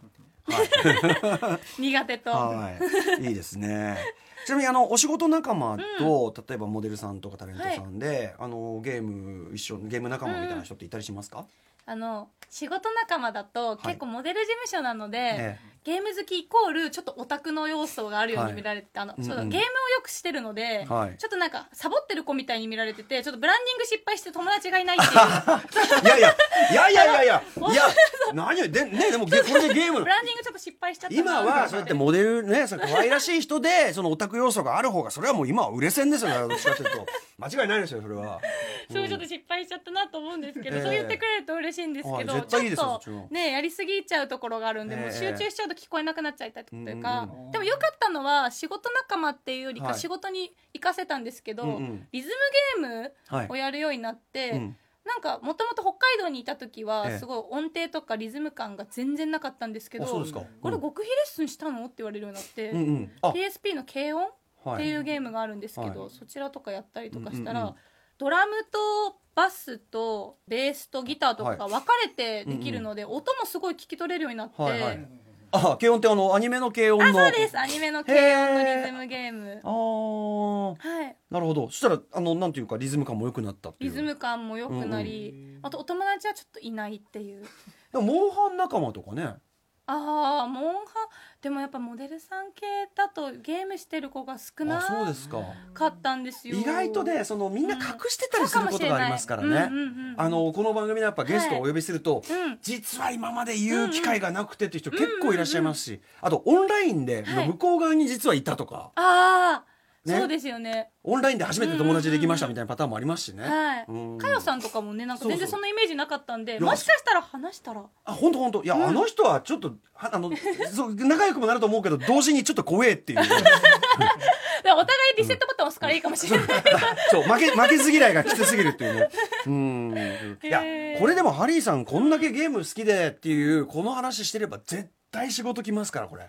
Speaker 3: 苦手と、
Speaker 1: はい、いいです ね。ちなみにあのお仕事仲間と、例えばモデルさんとかタレントさんで、あのゲーム一緒ゲーム仲間みたいな人っていたりしますか？
Speaker 3: あの仕事仲間だと
Speaker 1: い
Speaker 3: 結構モデル事務所なので、
Speaker 1: え
Speaker 3: ゲーム好きイコールちょっとオタクの要素があるように見られて、あの
Speaker 1: うんうん
Speaker 3: そうだゲームをよくしてるので、
Speaker 1: はい
Speaker 3: ちょっとなんかサボってる子みたいに見られててちょっとブランディング失敗して友達がいないっていう
Speaker 1: えいやいやいやいやいやいやいや何よでねでもゲこれでゲー ム
Speaker 3: ブランディングちょっと失敗しちゃったな
Speaker 1: 今はそうやってモデルねそう可愛らしい人でそのオタク要素がある方がそれはもう今は売れ線ですよねどっちかというと間違いないですよそれは。
Speaker 3: そうちょっと失敗しちゃったなと思うんですけど、
Speaker 1: ええ
Speaker 3: そう言ってくれると嬉しいんですけど、
Speaker 1: はい絶対いいです
Speaker 3: ちょ
Speaker 1: よそっ
Speaker 3: っ
Speaker 1: ちの
Speaker 3: とねやりすぎちゃうところがあるんで、も
Speaker 1: え
Speaker 3: う
Speaker 1: え
Speaker 3: 集中しちゃうと聞こえなくなっちゃったという
Speaker 1: う
Speaker 3: か
Speaker 1: んうん
Speaker 4: うん
Speaker 3: でも良かったのは仕事仲間っていうより
Speaker 1: は
Speaker 3: か
Speaker 1: い
Speaker 3: 仕事に行かせたんですけど、
Speaker 1: うんうん
Speaker 3: リズムゲーム
Speaker 1: はい
Speaker 3: をやるようになって、
Speaker 1: うん
Speaker 3: なんかもともと北海道にいた時
Speaker 1: ええ
Speaker 3: はすごい音程とかリズム感が全然なかったんですけど、
Speaker 1: あそうですか
Speaker 3: これ
Speaker 1: うん
Speaker 3: 極秘レッスンしたのって言われるようになって、
Speaker 1: うんうんあ
Speaker 3: PSP の軽音っ
Speaker 1: は
Speaker 3: て
Speaker 1: い
Speaker 3: いうゲームがあるんですけど、
Speaker 1: はい
Speaker 3: そちらとかやったりとかしたら、
Speaker 1: うんうんうん
Speaker 3: ドラムとバスとベースとギターとかが分かれてできるので、音もすごい聞き取れるようになって、
Speaker 1: はいはいあ軽音ってあのアニメの軽音
Speaker 3: あ
Speaker 1: の
Speaker 3: そうですアニメの軽音のリズムゲーム
Speaker 1: あー
Speaker 3: はい
Speaker 1: なるほどそしたらあのなんていうかリズム感も良くなったってい
Speaker 3: リ
Speaker 1: う
Speaker 3: ズム感も良くなり、
Speaker 4: うん
Speaker 3: あとお友達はちょっといないっていう
Speaker 1: でもモンハン仲間とかね
Speaker 3: ああモンハンでもやっぱモデルさん系だとゲームしてる子が少な
Speaker 1: あそうですか
Speaker 3: かったんですよ
Speaker 1: 意外とねそのみんな隠してたりすることがありますからね、
Speaker 3: そうもしれないうんうんうん
Speaker 1: あのこの番組でやっぱゲストをお呼びすると、
Speaker 3: うん
Speaker 1: 実は今まで言う機会がなくてっていう人結構いらっしゃいますし、あとオンラインで
Speaker 3: はい
Speaker 1: 向こう側に実はいたとか、
Speaker 3: ああ、
Speaker 1: ね
Speaker 3: そうですよね
Speaker 1: オンラインで初めて友達できましたみたいなパターンもありますしね。
Speaker 3: はい
Speaker 1: うん
Speaker 3: かよさんとかもねなんか全
Speaker 1: そう
Speaker 3: 然
Speaker 1: そう
Speaker 3: そんなイメージなかったんで
Speaker 1: いや
Speaker 3: もしかしたら話したら
Speaker 1: あ本当本当いや、あの人はちょっとはあのそう仲良くもなると思うけど同時にちょっと怖えっていう
Speaker 3: でお互いリセットボタン押すからいいかもしれない、
Speaker 1: そう負け負けず嫌いがきつすぎるっていうねうんいや
Speaker 3: へー
Speaker 1: これでもハリーさんこんだけゲーム好きでっていうこの話してれば絶対仕事来ますからこれ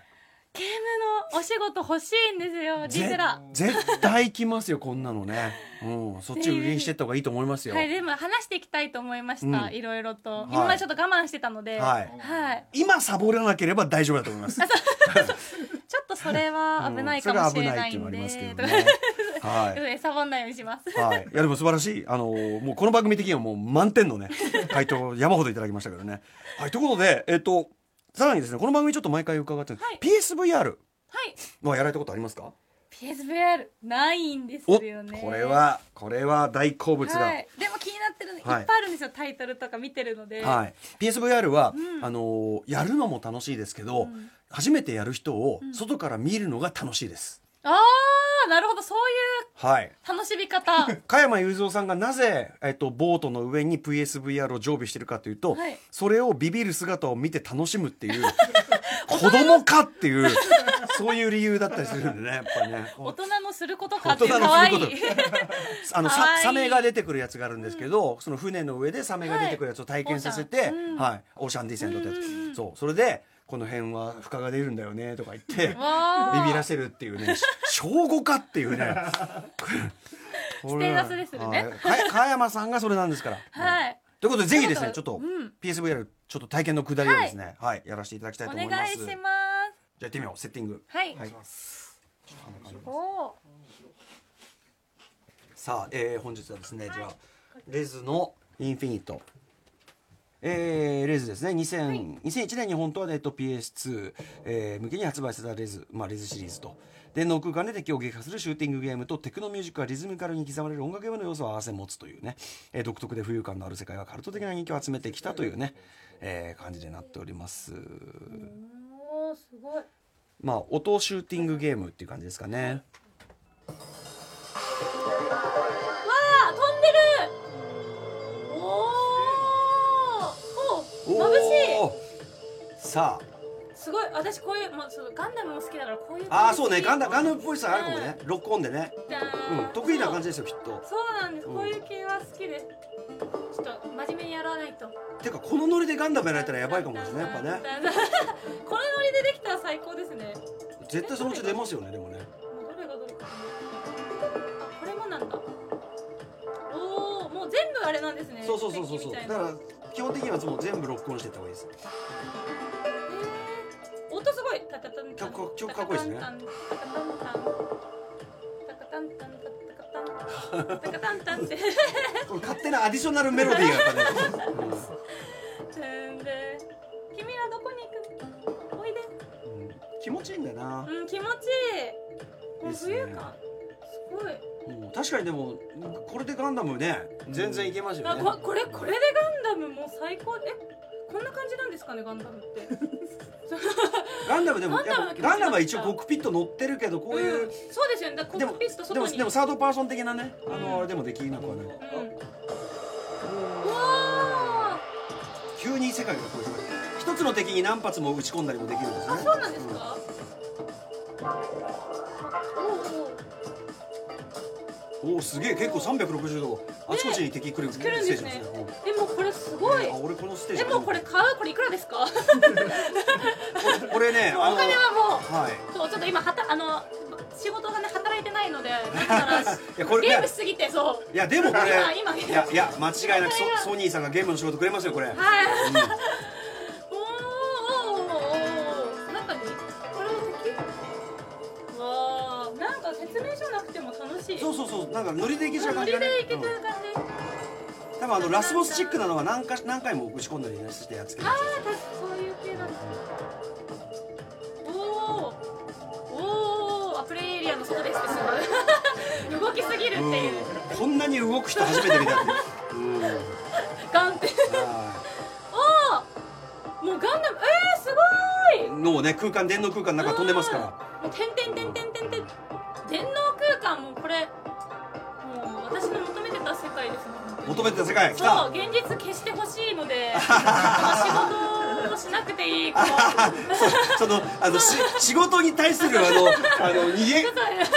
Speaker 3: ゲームのお仕事欲しいんですよリゼラ
Speaker 1: ぜ絶対来ますよこんなの ね、うん、そっち売りにしてった方がいいと思いますよ、
Speaker 3: はいでも話していきたいと思いました、
Speaker 1: うん
Speaker 3: いろいろと、
Speaker 1: い
Speaker 3: 今までちょっと我慢してたのでは、
Speaker 1: はいい今サボらなければ大丈夫だと思います
Speaker 3: ちょっとそれは危ないかもしれないんで、
Speaker 1: うんそれは危ないっていうの
Speaker 3: と
Speaker 1: は
Speaker 3: か
Speaker 1: ありますけどねはい
Speaker 3: うんサボんないようにします。
Speaker 1: はい、いやでも素晴らしい、あのーもうこの番組的にはもう満点のね回答山ほどいただきましたけどね。はい、ということで、えっとさらにですねこの番組ちょっと毎回伺ってる、
Speaker 3: はい
Speaker 1: PSVR
Speaker 3: はい。
Speaker 1: はやられたことありますか
Speaker 3: PSVR ないんです
Speaker 1: お
Speaker 3: よね。
Speaker 1: これはこれは大好物だ。は
Speaker 3: はいい。でも気になってるのいっ
Speaker 1: はい
Speaker 3: ぱいあるんですよ。タイトルとか見てるので。
Speaker 1: PSVR は、
Speaker 3: うん
Speaker 1: あのーやるのも楽しいですけど、
Speaker 3: うん
Speaker 1: 初めてやる人を
Speaker 3: ん
Speaker 1: 外から見るのが楽しいです。
Speaker 3: ああ、なるほど。そういう
Speaker 1: はい
Speaker 3: 楽しみ方。
Speaker 1: 加山雄三さんがなぜ、えっと、ボートの上に PSVR を常備してるかというと、
Speaker 3: はい
Speaker 1: それをビビる姿を見て楽しむって いう子供かっていうそういう理由だったりするんでねやっぱり ね。
Speaker 3: 大人のすることかってい
Speaker 1: 大
Speaker 3: う
Speaker 1: 人
Speaker 3: 可
Speaker 1: のす
Speaker 3: 愛
Speaker 1: る
Speaker 3: い
Speaker 1: こと
Speaker 3: い。
Speaker 1: あのさ
Speaker 3: かわいい
Speaker 1: サメが出てくるやつがあるんですけど、その船の上でサメが出てくるやつを体験させて、は
Speaker 3: はいいオーシャンうん
Speaker 1: オーシャンディセントってやつ、
Speaker 3: うんうんうん
Speaker 1: そうそれでこの辺は負荷が出るんだよねとか言って
Speaker 3: わ ー
Speaker 1: ビビらせるって いうねし小五かっていうねこれは
Speaker 3: ステータスですよね
Speaker 1: はいか加山さんがそれなんですから
Speaker 3: はい。
Speaker 1: ということでぜひですねち
Speaker 3: ち
Speaker 1: ょ
Speaker 3: ょ
Speaker 1: っと
Speaker 3: っとうん
Speaker 1: PSVR ちょっと体験のくだりをですねはい、やらせていただきたい
Speaker 3: お
Speaker 1: と思
Speaker 3: 願
Speaker 1: いま
Speaker 3: い
Speaker 1: す
Speaker 3: し
Speaker 1: じゃ
Speaker 3: ます。
Speaker 1: あやってみようセッティング
Speaker 3: はい。
Speaker 1: はい
Speaker 3: おお
Speaker 1: さあ、えー本日はですね、じゃあレズのインフィニットえーレズですね2000、2001年に本当は、ね、えっと PS2、えー向けに発売されたレズ、まあ、レズシリーズと電脳空間で敵を撃破するシューティングゲームとテクノミュージックがリズミカルに刻まれる音楽ゲームの要素を合わせ持つというね、えー独特で浮遊感のある世界がカルト的な人気を集めてきたというね、えー感じになっております
Speaker 3: おーすごい。
Speaker 1: まあ音シューティングゲームっていう感じですかね
Speaker 3: わあ飛んでる。おお。おお。眩しい。
Speaker 1: おーさあ
Speaker 3: すごい私こういう、まあ、そのガンダムも好きだからこういう
Speaker 1: ああそうねガンダガンダ
Speaker 3: ム
Speaker 1: ムっぽいさあるかもねロックオンでねうん得意な感じですよきっと
Speaker 3: そうそうなんです
Speaker 1: うん
Speaker 3: こういう系は好きですちょっと真面目にやらないと
Speaker 1: てかこのノリでガンダムやられたらやばいかもしれないやっぱね
Speaker 3: このノリでできたら最高ですね
Speaker 1: 絶対そのうち出ますよねでもね
Speaker 3: もうどれがどれかあこれもなんだおおもう全部あれなんですね
Speaker 1: そうそうそうそうそう
Speaker 3: 敵
Speaker 1: だか
Speaker 3: みたいな
Speaker 1: ら基本的にはもう全部ロックオンしてった方がいいです
Speaker 3: えー音すごいタタタンタン
Speaker 1: 曲曲かっこいいですね
Speaker 3: タカタンタンタカタンタンタカタンタンタカタンタンって
Speaker 1: この勝手なアディショナルメロディーがやっぱね、
Speaker 3: 全然君らどこに行くおいで
Speaker 1: うんうん気持ちいいんだよな、
Speaker 3: うん気持ちいい
Speaker 1: い
Speaker 3: も
Speaker 1: いっ
Speaker 3: う
Speaker 1: すね
Speaker 3: 冬感すごい
Speaker 1: うん確かにでもこれでガンダムね全然いけますよ
Speaker 3: あ
Speaker 1: ね、
Speaker 3: ここ れこれでガンダムもう最高えこんな感じなんですかねガンダムって
Speaker 1: ガンダムでもやっぱ
Speaker 3: ガンダムの気持ち
Speaker 1: ガンダムは一応コックピット乗ってるけどこういう、
Speaker 3: んそうですよねだから
Speaker 1: で
Speaker 3: コッ
Speaker 1: も
Speaker 3: クピット
Speaker 1: で
Speaker 3: 外
Speaker 1: も
Speaker 3: に
Speaker 1: でもサードパーソン的なねあの、
Speaker 3: うん
Speaker 1: あれでもできなくはない、
Speaker 3: うんう
Speaker 1: おー
Speaker 3: わ
Speaker 1: 急に世界がこういう一つの敵に何発も打ち込んだりもできるんですね
Speaker 3: あ、そうなんですか。おうおう
Speaker 1: うんおおすげえ結構360度あちこちに敵来る
Speaker 3: 来るんですね。え、もうこれすごい。
Speaker 1: うんあ俺このステージ
Speaker 3: え、もうこれ買う、これいくらですか。
Speaker 1: 俺 ね
Speaker 3: お
Speaker 1: あの
Speaker 3: 金はもう。
Speaker 1: はい
Speaker 3: そう、ちょっと今、はた、あの、仕事がね、働いてないので、なんなら
Speaker 1: や これね
Speaker 3: ゲームしすぎて、そう。
Speaker 1: いやでもこ れ
Speaker 3: 今今
Speaker 1: いやいや間違いなく
Speaker 3: これが
Speaker 1: ソソニーさんがゲームの仕事くれますよこれ、
Speaker 3: はい。
Speaker 1: うん
Speaker 3: おーおーおーなんかにこれも敵わーなんか説明書なくても楽しい
Speaker 1: そう
Speaker 3: う
Speaker 1: そうそうなんかノリでいけちゃう
Speaker 3: 無
Speaker 1: 感
Speaker 3: 理
Speaker 1: じがね
Speaker 3: でいけてる
Speaker 1: うん
Speaker 3: 感じ、あ
Speaker 1: 多分あのラスボスチックなのは何か何回も打ち込んだりねしてやっつける
Speaker 3: あーたそういう系なんだおおおーあプレイエリアの外ですってすごい 動きすぎるっていう
Speaker 1: うんこんなに動く人初めて見たってうんはい
Speaker 3: ガンっておおもうガンダムえー、すごい
Speaker 1: もうね空間電脳空間の中飛んでますから
Speaker 3: もう点々点々点々電脳空間もこれもう私の求めてた世界ですね本
Speaker 1: 求
Speaker 3: 当に
Speaker 1: めてた世界来
Speaker 3: そ
Speaker 1: た
Speaker 3: う現実消してほしいのであの仕事をしなくていいこう
Speaker 1: そのあのし仕事に対するあの あの逃げ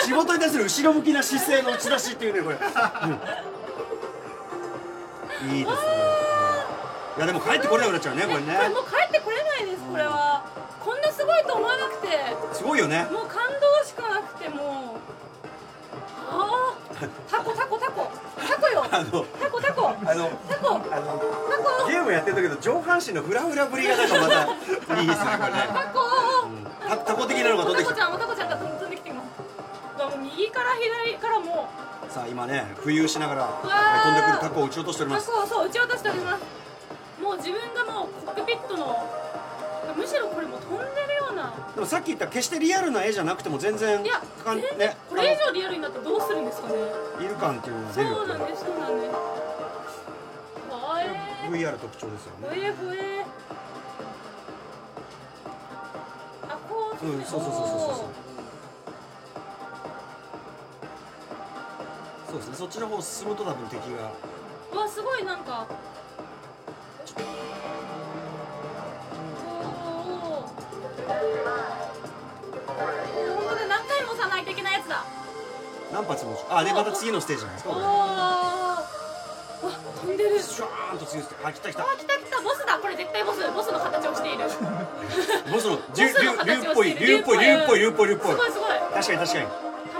Speaker 1: 仕事に対する後ろ向きな姿勢の打ち出しっていうねこれ、うんいいですねいやでも帰ってこれなくなっちゃうねこれね
Speaker 3: これもう帰ってこれないですこれはこんなすごいと思わなくて
Speaker 1: すごいよね
Speaker 3: もう感動しかなくてもうああタコタコタコタコよ
Speaker 1: あの
Speaker 3: タコタコ
Speaker 1: あの
Speaker 3: タコ
Speaker 1: あの
Speaker 3: タコ
Speaker 1: ゲームやってるんだけど上半身のフラフラぶりがなんかまたいいですねこれね
Speaker 3: タコ
Speaker 1: タタコ的なのが飛んでき
Speaker 3: お
Speaker 1: た
Speaker 3: たこちゃんおたこちゃんが飛んできていますだからもう右から左からもう
Speaker 1: さあ今ね浮遊しながら
Speaker 3: ー
Speaker 1: 飛んでくるタコを撃ち落としておりま
Speaker 3: タ
Speaker 1: す
Speaker 3: コをそう打ち落としておりますもう自分がもうコックピットのむしろこれもう飛んでるような
Speaker 1: でもさっき言った決してリアルな絵じゃなくても全然
Speaker 3: いや
Speaker 1: かん
Speaker 3: 全然
Speaker 1: ね
Speaker 3: これ以上リアルになってどうするんですかね
Speaker 1: あのいる感っていうのが
Speaker 3: そ
Speaker 1: 出る
Speaker 3: うなんですそうなんですほえー
Speaker 1: VR 特徴ですよ
Speaker 3: ほ
Speaker 1: ね
Speaker 3: えほえあこう
Speaker 1: うんそうそうそうそうそうそうそうですねそっちの方進むと多分敵が
Speaker 3: うわすごいなんかおーおーおー本当だ何回も押さないといけないやつだ
Speaker 1: 何発もあでまた次のステージじゃないです
Speaker 3: お
Speaker 1: かこ
Speaker 3: おー
Speaker 1: れ
Speaker 3: あ飛んでる
Speaker 1: シュワーンと次のステージあ来た来
Speaker 3: あ
Speaker 1: た
Speaker 3: 来た来たボスだこれ絶対ボスボスの形をしているす
Speaker 1: ボスの竜
Speaker 3: ボスの
Speaker 1: 竜
Speaker 3: 形
Speaker 1: っ
Speaker 3: を
Speaker 1: ぽ
Speaker 3: し
Speaker 1: い
Speaker 3: てる
Speaker 1: 竜っぽい竜っぽい竜っぽい竜っぽい
Speaker 3: ごいすごい
Speaker 1: 確かに確かに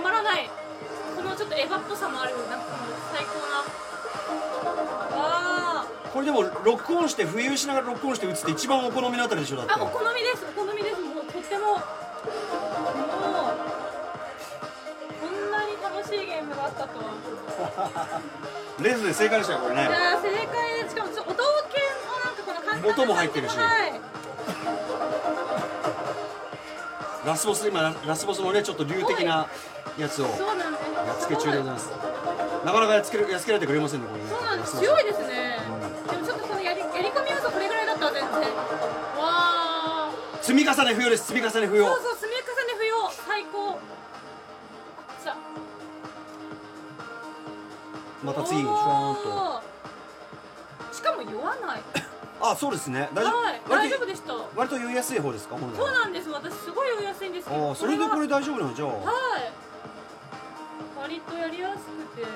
Speaker 3: たまらないこのちょっとエヴァっぽさもあるなんかもう最高なわー
Speaker 1: これでもロックオンして浮遊しながらロックオンして打つって一番お好みのあたりでしょだって
Speaker 3: あお好みですお好みですもうとってももうこんなに楽しいゲームがあったとは
Speaker 1: レースで正解でしたよこれね
Speaker 3: いやー正解でしかもちょっと音系もなんかこの簡単な
Speaker 1: 音も入ってるし
Speaker 3: はい
Speaker 1: ラスボス今ララスボスのねちょっと竜的なやつをや
Speaker 3: そうなんで
Speaker 1: っ
Speaker 3: す
Speaker 1: つけ中でございますなかなかやっつけるやっつけられてくれませんねこれね
Speaker 3: そうなんです
Speaker 1: ラ
Speaker 3: 強
Speaker 1: ス
Speaker 3: いですねでもちょっとこのやりやり込み要素これぐらいだったら全然わあ
Speaker 1: ボス積み重ね不要です積み重ね不要
Speaker 3: そうそう積み重ね不要最高あ来た
Speaker 1: また次シュワーンと
Speaker 3: おーしかも酔わ ない
Speaker 1: あそうですね大丈夫
Speaker 3: はい大
Speaker 1: 割
Speaker 3: 丈
Speaker 1: と
Speaker 3: 夫でした
Speaker 1: 割と酔いやすい方ですか本来
Speaker 3: そうなんです私すごい酔いやすいんですけ
Speaker 1: あ
Speaker 3: ど
Speaker 1: あそれでこれ
Speaker 3: は
Speaker 1: 大丈夫なのじゃあ
Speaker 3: はい割とやりやすくて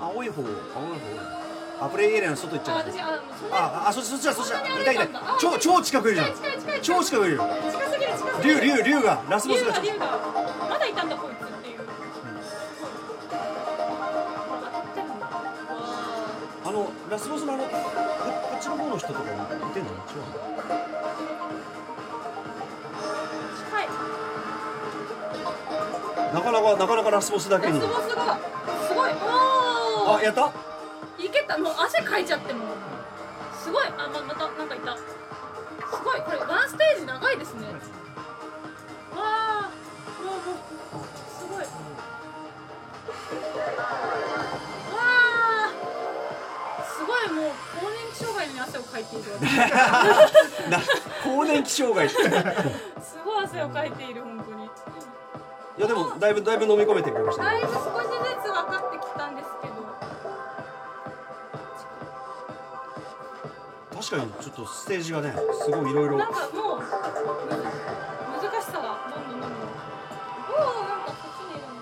Speaker 1: 青い方青い方あプレイエリアの外行っちゃ
Speaker 3: あ
Speaker 1: う
Speaker 3: 私あもうそんな
Speaker 1: ああそそっちだそっちだ
Speaker 3: そんなに
Speaker 1: 痛い痛
Speaker 3: あ
Speaker 1: い
Speaker 3: るんだあ
Speaker 1: 超超近くいるじゃん
Speaker 3: 近い近い近い
Speaker 1: 超近くいるよ
Speaker 3: 近すぎる近すぎ
Speaker 1: 竜
Speaker 3: る
Speaker 1: 竜竜がラスボ
Speaker 3: 竜
Speaker 1: スが
Speaker 3: が
Speaker 1: ちょ
Speaker 3: 竜がまだいたんだこいつっていう、わあ
Speaker 1: あのラスボスのあのここっちの方の人とかもいてんじゃない違うの
Speaker 3: 近い
Speaker 1: なかなかなかなかラスボスだけ
Speaker 3: ラ
Speaker 1: に
Speaker 3: スボスがすごいお
Speaker 1: あ
Speaker 3: お
Speaker 1: やった
Speaker 3: いけたもう汗かいちゃってもうすごいあままたなんかいたすごいこれワンステージ長いですねわあもうもうすごいわあすごいもう更年期障害に汗をかいている
Speaker 1: な更年期障害い
Speaker 3: すごい汗をかいている本当に
Speaker 1: やでもだいぶだいぶ飲み込めてくれました
Speaker 3: だい
Speaker 1: ね
Speaker 3: ぶ少しずつ分かってきたんですけど
Speaker 1: 確確かにちょっとステージがねすごいいろいろ
Speaker 3: なんかもうむず難しさがどんどんどんどんおおなんかこっちにいるんだこ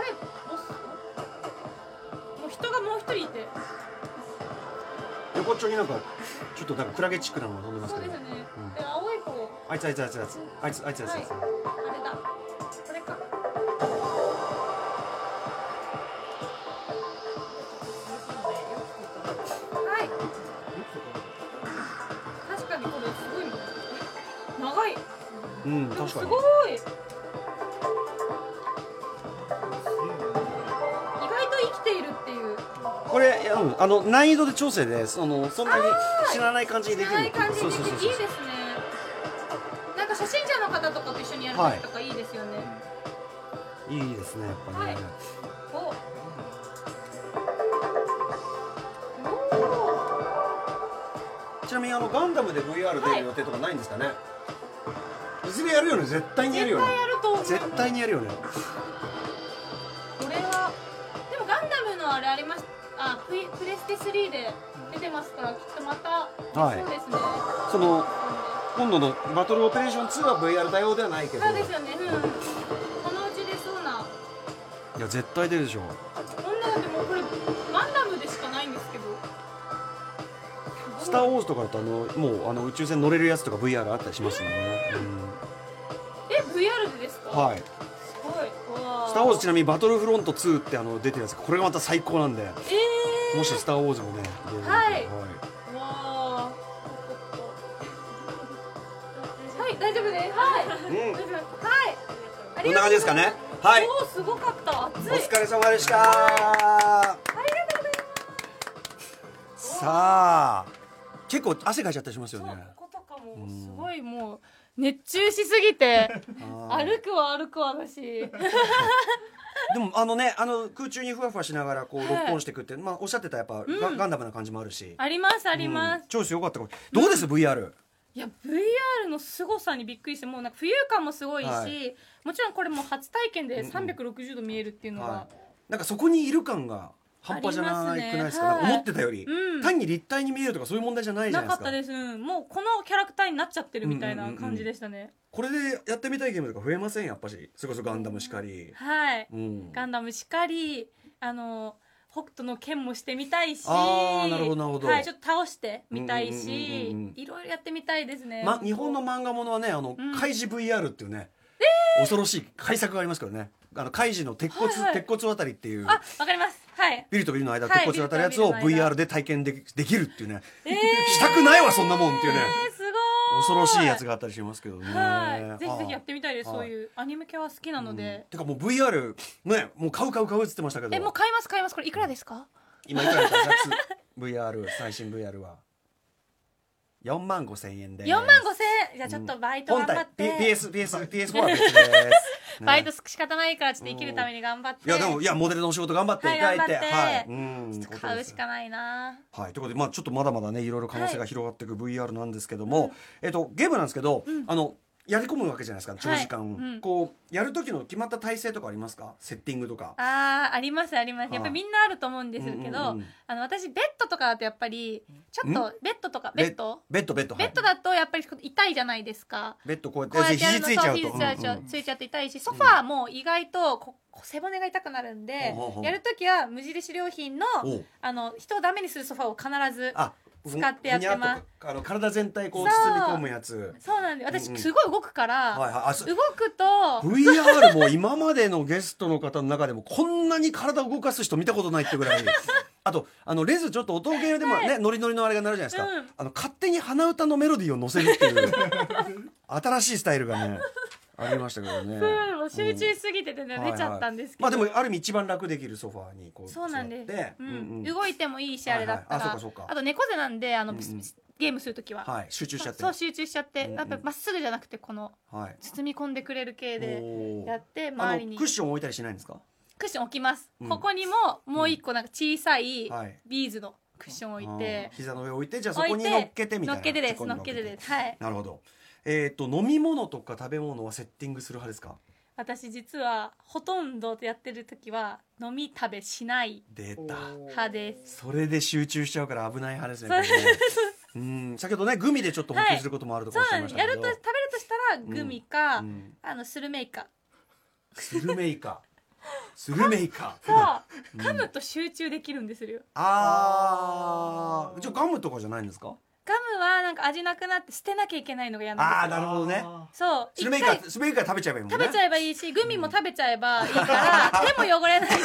Speaker 3: れボスもう人がもう一人いて
Speaker 1: 横っちょになんかちょっとなんかクラゲチックなのが飛んでます
Speaker 3: そう
Speaker 1: け
Speaker 3: で
Speaker 1: ど
Speaker 3: すね、
Speaker 1: うん
Speaker 3: で青い子
Speaker 1: あいつあいつあいつあいつあいつあいつあいつあいつ
Speaker 3: あれだこれかはい確かにこれすごい長い
Speaker 1: うん
Speaker 3: でも
Speaker 1: 確
Speaker 3: す
Speaker 1: か
Speaker 3: ご
Speaker 1: に
Speaker 3: い意外と生きているっていう
Speaker 1: これいやうんあの難易度で調整でそのそんなに知らない感じにで
Speaker 3: 知
Speaker 1: き
Speaker 3: ら
Speaker 1: る
Speaker 3: ない感じで
Speaker 1: そ
Speaker 3: いうい
Speaker 1: そうそう
Speaker 3: です
Speaker 1: そう
Speaker 3: ねなんか初心者の方とかと一緒にやる時とかいいですよね、
Speaker 1: いいですねやっぱね、
Speaker 3: はいおおー
Speaker 1: ちなみにあのガンダムで VR 出る予定とかないんですかね、い、ずれやるよね絶対にやる
Speaker 3: 絶
Speaker 1: よね
Speaker 3: 対やると思う
Speaker 1: 絶対にやるよね
Speaker 3: これはでもガンダムのあれありますあプイプレステ3で出てますからきっとま
Speaker 1: は
Speaker 3: た、
Speaker 1: い
Speaker 3: そうですね
Speaker 1: その今度のバトルオペレーション2は VR 対応ではないけど
Speaker 3: そうですよねうんこのうち出そうない
Speaker 1: や絶対出るでしょ
Speaker 3: こんなのでもこれガンダムでしかないんですけど
Speaker 1: スター・ウォーズとかだとあのもうあの宇宙船乗れるやつとか VR あったりしますもんね、
Speaker 3: え VR でですか
Speaker 1: うんはい
Speaker 3: すごいわ
Speaker 1: スター・ウォーズち
Speaker 3: え
Speaker 1: なみにバトルフロント2ってあの出てるやつこれがまた最高なんで
Speaker 3: えー、
Speaker 1: もしスター・ウォーズもね出る
Speaker 3: はい
Speaker 1: はい
Speaker 3: わあ。はい、大丈夫です。はい。
Speaker 1: うん
Speaker 3: 大丈夫はい。あ
Speaker 1: こ
Speaker 3: り
Speaker 1: ん
Speaker 3: が
Speaker 1: な感
Speaker 3: とうございます
Speaker 1: じですかねはい
Speaker 3: おーすごかった。熱い。
Speaker 1: お疲れ様でしたさあ結構汗かいちゃったりしますよ
Speaker 3: そう
Speaker 1: ね
Speaker 3: こことかもすごいもう熱中しすぎて
Speaker 1: あー
Speaker 3: 歩くは歩くはだし。
Speaker 1: でもあのねあの空中にふわふわしながらこう
Speaker 3: はい
Speaker 1: 録音していくって、まあおっしゃってたやっぱ、ガガンダムな感じもあるし
Speaker 3: ありますあ
Speaker 1: あ
Speaker 3: ります。
Speaker 1: 調子良かったかもどうです、VR
Speaker 3: いや VR の凄さにびっくりしてもうなんか浮遊感もすごいし、
Speaker 1: はい
Speaker 3: もちろんこれも初体験で
Speaker 1: うん
Speaker 3: 360度見えるっていうの
Speaker 1: は
Speaker 3: が、
Speaker 1: いなんかそこにいる感が半端じゃな
Speaker 3: あ
Speaker 1: い
Speaker 3: りますね
Speaker 1: くないですかなんか
Speaker 3: はい
Speaker 1: 思ってたより、
Speaker 3: うん
Speaker 1: 単に立体に見えるとかそういう問題じゃないじゃ
Speaker 3: な
Speaker 1: ないですか
Speaker 3: かったです、うん、もうこのキャラクターになっちゃってるみたいな感じでしたね、
Speaker 1: これでやってみたいゲームとか増えませんやっぱしそれこそガンダムしかり、
Speaker 3: はい
Speaker 1: うん、
Speaker 3: ガンダムしかりあの北斗の剣もしてみたいし
Speaker 1: あーなるほどなるほど
Speaker 3: はい、ちょっと倒してみたいし、
Speaker 1: うんうんうんうんうん
Speaker 3: いろいろやってみたいですね、
Speaker 1: ま、日本の漫画ものはねあの、
Speaker 3: うん
Speaker 1: カイジ VR っていうね、恐ろしい改作がありますからねあのカイジの鉄骨、
Speaker 3: はいはい
Speaker 1: 鉄骨渡りっていう
Speaker 3: あわかりますはい
Speaker 1: ビルとビルの間、
Speaker 3: はい
Speaker 1: 鉄骨渡るやつを
Speaker 3: ビルとビルの間
Speaker 1: VR で体験できできるっていうね、
Speaker 3: えー、
Speaker 1: したくないわそんなもんっていうね
Speaker 3: えーすごい
Speaker 1: 恐ろしいやつがあったりしますけどね。
Speaker 3: はい、ぜひぜひやってみたいです、
Speaker 1: はい
Speaker 3: そういうアニメ系は好きなの
Speaker 1: うん
Speaker 3: で、
Speaker 1: てかもう VR ねもう買う買う買うっつってましたけど
Speaker 3: えもう買います買いますこれいくらですか
Speaker 1: 今いくらですか夏 VR 最新 VR は4万5千円で
Speaker 3: 4万5千円じゃあちょっとバイト頑張って、
Speaker 1: 本体 PSPS4 は別 です、
Speaker 3: バイト
Speaker 1: ね
Speaker 3: 仕方ないからちょっと生きるために頑張って
Speaker 1: いやでもいやモデルのお仕事頑張ってい
Speaker 3: はい
Speaker 1: ただいて
Speaker 3: 頑張って
Speaker 1: はいうん
Speaker 3: ちょっと買うしかないな
Speaker 1: はい、ということで、まあ、ちょっとまだまだねいろいろ可能性が広がっていく VR なんですけども、えっと、ゲームなんですけど、あのやり込むわけじゃないですか長時間、
Speaker 3: はいうん
Speaker 1: こうやる時の決まった体勢とかありますかセッティングとか。
Speaker 3: あーありますあります
Speaker 1: はい
Speaker 3: やっぱりみんなあると思うんですけど、
Speaker 1: うんうんうん
Speaker 3: あの私ベッドとかだとやっぱりちょっとベッドとかベッド
Speaker 1: ベッドベッド
Speaker 3: ベッド
Speaker 1: はい
Speaker 3: だとやっぱり痛いじゃないですか
Speaker 1: ベッドこうやって
Speaker 3: こうやってや
Speaker 1: 肘
Speaker 3: るの
Speaker 1: ついちゃうと
Speaker 3: そう肘ついちゃう
Speaker 1: うんうん
Speaker 3: ついちゃって痛いしソファーも意外とここ背骨が痛くなるん
Speaker 1: ほ
Speaker 3: で
Speaker 1: うほうほう
Speaker 3: やるときは無印良品の
Speaker 1: おう
Speaker 3: あの人をダメにするソファーを必ず
Speaker 1: あ
Speaker 3: 使ってやってま
Speaker 1: ふ
Speaker 3: す
Speaker 1: にゃっとかあの体全体こう包み込むやつ
Speaker 3: そうなんで私
Speaker 1: うんうん
Speaker 3: すごい動くから、
Speaker 1: はいはいあそ
Speaker 3: 動くと
Speaker 1: VR も今までのゲストの方の中でもこんなに体を動かす人見たことないってぐらいあとあのレズちょっと音ゲーでもね、ノリノリのあれがなるじゃないですか、
Speaker 3: うん
Speaker 1: あの勝手に鼻歌のメロディーを乗せるっていう新しいスタイルがねありましたけどね。
Speaker 3: うんもう集中しすぎててね、
Speaker 1: はいはい
Speaker 3: 出ちゃったんですけど、
Speaker 1: まあでもある意味一番楽できるソファーにこう
Speaker 3: そうなんです
Speaker 1: 座って、
Speaker 3: うん
Speaker 1: うんうん
Speaker 3: 動いてもいいし
Speaker 1: はいはい
Speaker 3: あれだった
Speaker 1: あ
Speaker 3: ら、
Speaker 1: そうかそうか
Speaker 3: と猫背なんであの、
Speaker 1: うんうん
Speaker 3: ゲームするときは、
Speaker 1: はい集中しちゃって
Speaker 3: そう集中しちゃって、
Speaker 1: うんうん
Speaker 3: やっぱまっすぐじゃなくてこの
Speaker 1: はい
Speaker 3: 包み込んでくれる系で
Speaker 1: おー
Speaker 3: やって
Speaker 1: あ
Speaker 3: 周り
Speaker 1: の
Speaker 3: に
Speaker 1: クッション置いたりしないんですか
Speaker 3: クッション置きます、
Speaker 1: うん
Speaker 3: ここにももう一個なんか小さい
Speaker 1: はい
Speaker 3: ビーズのクッションを置いて
Speaker 1: あー、膝の上置いてじゃあそ
Speaker 3: 置いて
Speaker 1: こに乗っけてみたいな
Speaker 3: 乗っけてで
Speaker 1: そこ
Speaker 3: す
Speaker 1: に
Speaker 3: 乗っけてですはい
Speaker 1: なるほど。えっ、と飲み物とか食べ物はセッティングする派ですか。
Speaker 3: 私実はほとんどやってる時は飲み食べしない
Speaker 1: 出た。
Speaker 3: 派です
Speaker 1: それで集中しちゃうから危ない派ですね。これねうん先ほどねグミでちょっと補給することもあるとか
Speaker 3: そ
Speaker 1: おっ
Speaker 3: う
Speaker 1: しゃまし
Speaker 3: ないんです
Speaker 1: た
Speaker 3: や
Speaker 1: け
Speaker 3: る
Speaker 1: ど、
Speaker 3: と食べるとしたらグミか、
Speaker 1: うん
Speaker 3: あのスルメイカ
Speaker 1: スルメイカスルメイカ
Speaker 3: そう噛むと集中できるんですよ
Speaker 1: あーじゃあガムとかじゃないんですか
Speaker 3: ガムはなんか味なくなって捨てなきゃいけないのが嫌
Speaker 1: あ
Speaker 3: な
Speaker 1: あ
Speaker 3: んです
Speaker 1: なるほどね
Speaker 3: よそう
Speaker 1: スルメイ
Speaker 3: 一回
Speaker 1: カスルメイカ食べちゃえばいいもんね
Speaker 3: 食べちゃえばいいしグミも食べちゃえばいいから手も汚れな いし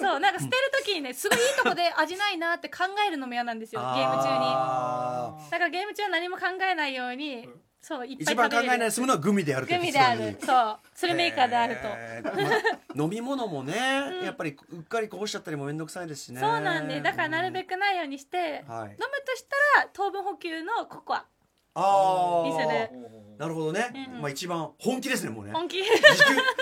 Speaker 3: そうなんか捨てる時にねすごいいいとこで味ないなって考えるのも嫌なんですよゲーム中に
Speaker 1: あー
Speaker 3: だからゲーム中は何も考えないようにそういっぱ
Speaker 1: 一
Speaker 3: い
Speaker 1: 番考
Speaker 3: 食べ
Speaker 1: え
Speaker 3: れ
Speaker 1: ない
Speaker 3: る
Speaker 1: で済むのはグミである
Speaker 3: グ
Speaker 1: と
Speaker 3: ミであるそうスルメイカであると、
Speaker 1: えー ま飲み物もね、やっぱりうっかりこぼしちゃったりも面倒くさいですしね
Speaker 3: そうなんでだからなるべくないようにして、
Speaker 1: うんはい
Speaker 3: 飲むとしたら糖分補給のココア
Speaker 1: あ
Speaker 3: にす
Speaker 1: あ
Speaker 3: る
Speaker 1: なるほどね、
Speaker 3: うん
Speaker 1: まあ一番本気ですねもうね
Speaker 3: 本気
Speaker 1: 持久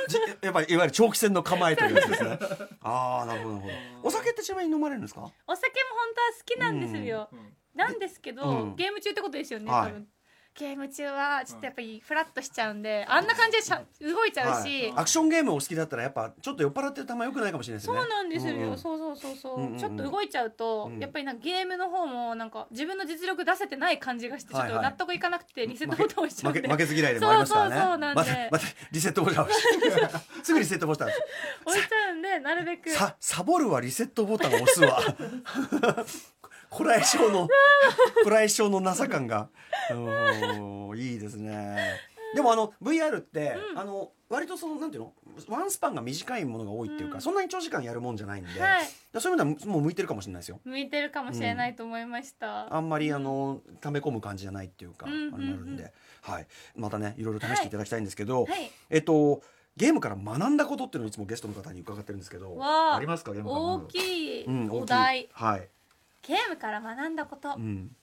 Speaker 1: じやっぱりいわゆる長期戦の構えというやつです ねああなるほどなるほどお酒ってちなみに飲まれるんですか
Speaker 3: お酒も本当は好きなんですよ、なんですけど、
Speaker 1: うん
Speaker 3: ゲーム中ってことですよね、
Speaker 1: はい
Speaker 3: 多分ゲーム中はちょっとやっぱりフラッとしちゃうんであんな感じでしゃ動いちゃうし、
Speaker 1: アクションゲームお好きだったらやっぱちょっと酔っ払ってる球良くないかもしれないです
Speaker 3: そう
Speaker 1: ね
Speaker 3: なんですよ、
Speaker 1: うんうん
Speaker 3: そうそうそうそう,、
Speaker 1: うんうんうん
Speaker 3: ちょっと動いちゃうと、
Speaker 1: うん
Speaker 3: やっぱりなんかゲームの方もなんか自分の実力出せてない感じがしてちょっ
Speaker 1: はい
Speaker 3: と
Speaker 1: はい
Speaker 3: 納得いかなくてリセットボタン押しちゃう
Speaker 1: 負
Speaker 3: んで、
Speaker 1: け負けず嫌いでもありますからね
Speaker 3: そうそうそうなんで
Speaker 1: またまたリセットボタン押して すぐリセットボタン押して
Speaker 3: 置いちゃうんでなるべく
Speaker 1: さサボるはリセットボタンを押すわ こらえ性のこらえ性の情感がうんいいですねでもあの VR って、あの割とそのなんていうのワンスパンが短いものが多いっていうか、
Speaker 3: うん
Speaker 1: そんなに長時間やるもんじゃないんで、
Speaker 3: はい
Speaker 1: そういう意味ではもう向いてるかもしれないですよ
Speaker 3: 向いてるかもしれないと思いました、
Speaker 1: あんまりあの溜め込む感じじゃないっていうか、
Speaker 3: うんうんうん
Speaker 1: あれになるんで、はい、またねいろいろ試していただきたいんですけど、
Speaker 3: はい
Speaker 1: えっとゲームから学んだことっていうのをいつもゲストの方に伺ってるんですけど
Speaker 3: わあ
Speaker 1: ありますかゲームから学ん
Speaker 3: 大
Speaker 1: だこと
Speaker 3: きい
Speaker 1: うん、大きい
Speaker 3: お題、
Speaker 1: はい、
Speaker 3: ゲームから学んだこと、
Speaker 1: うん、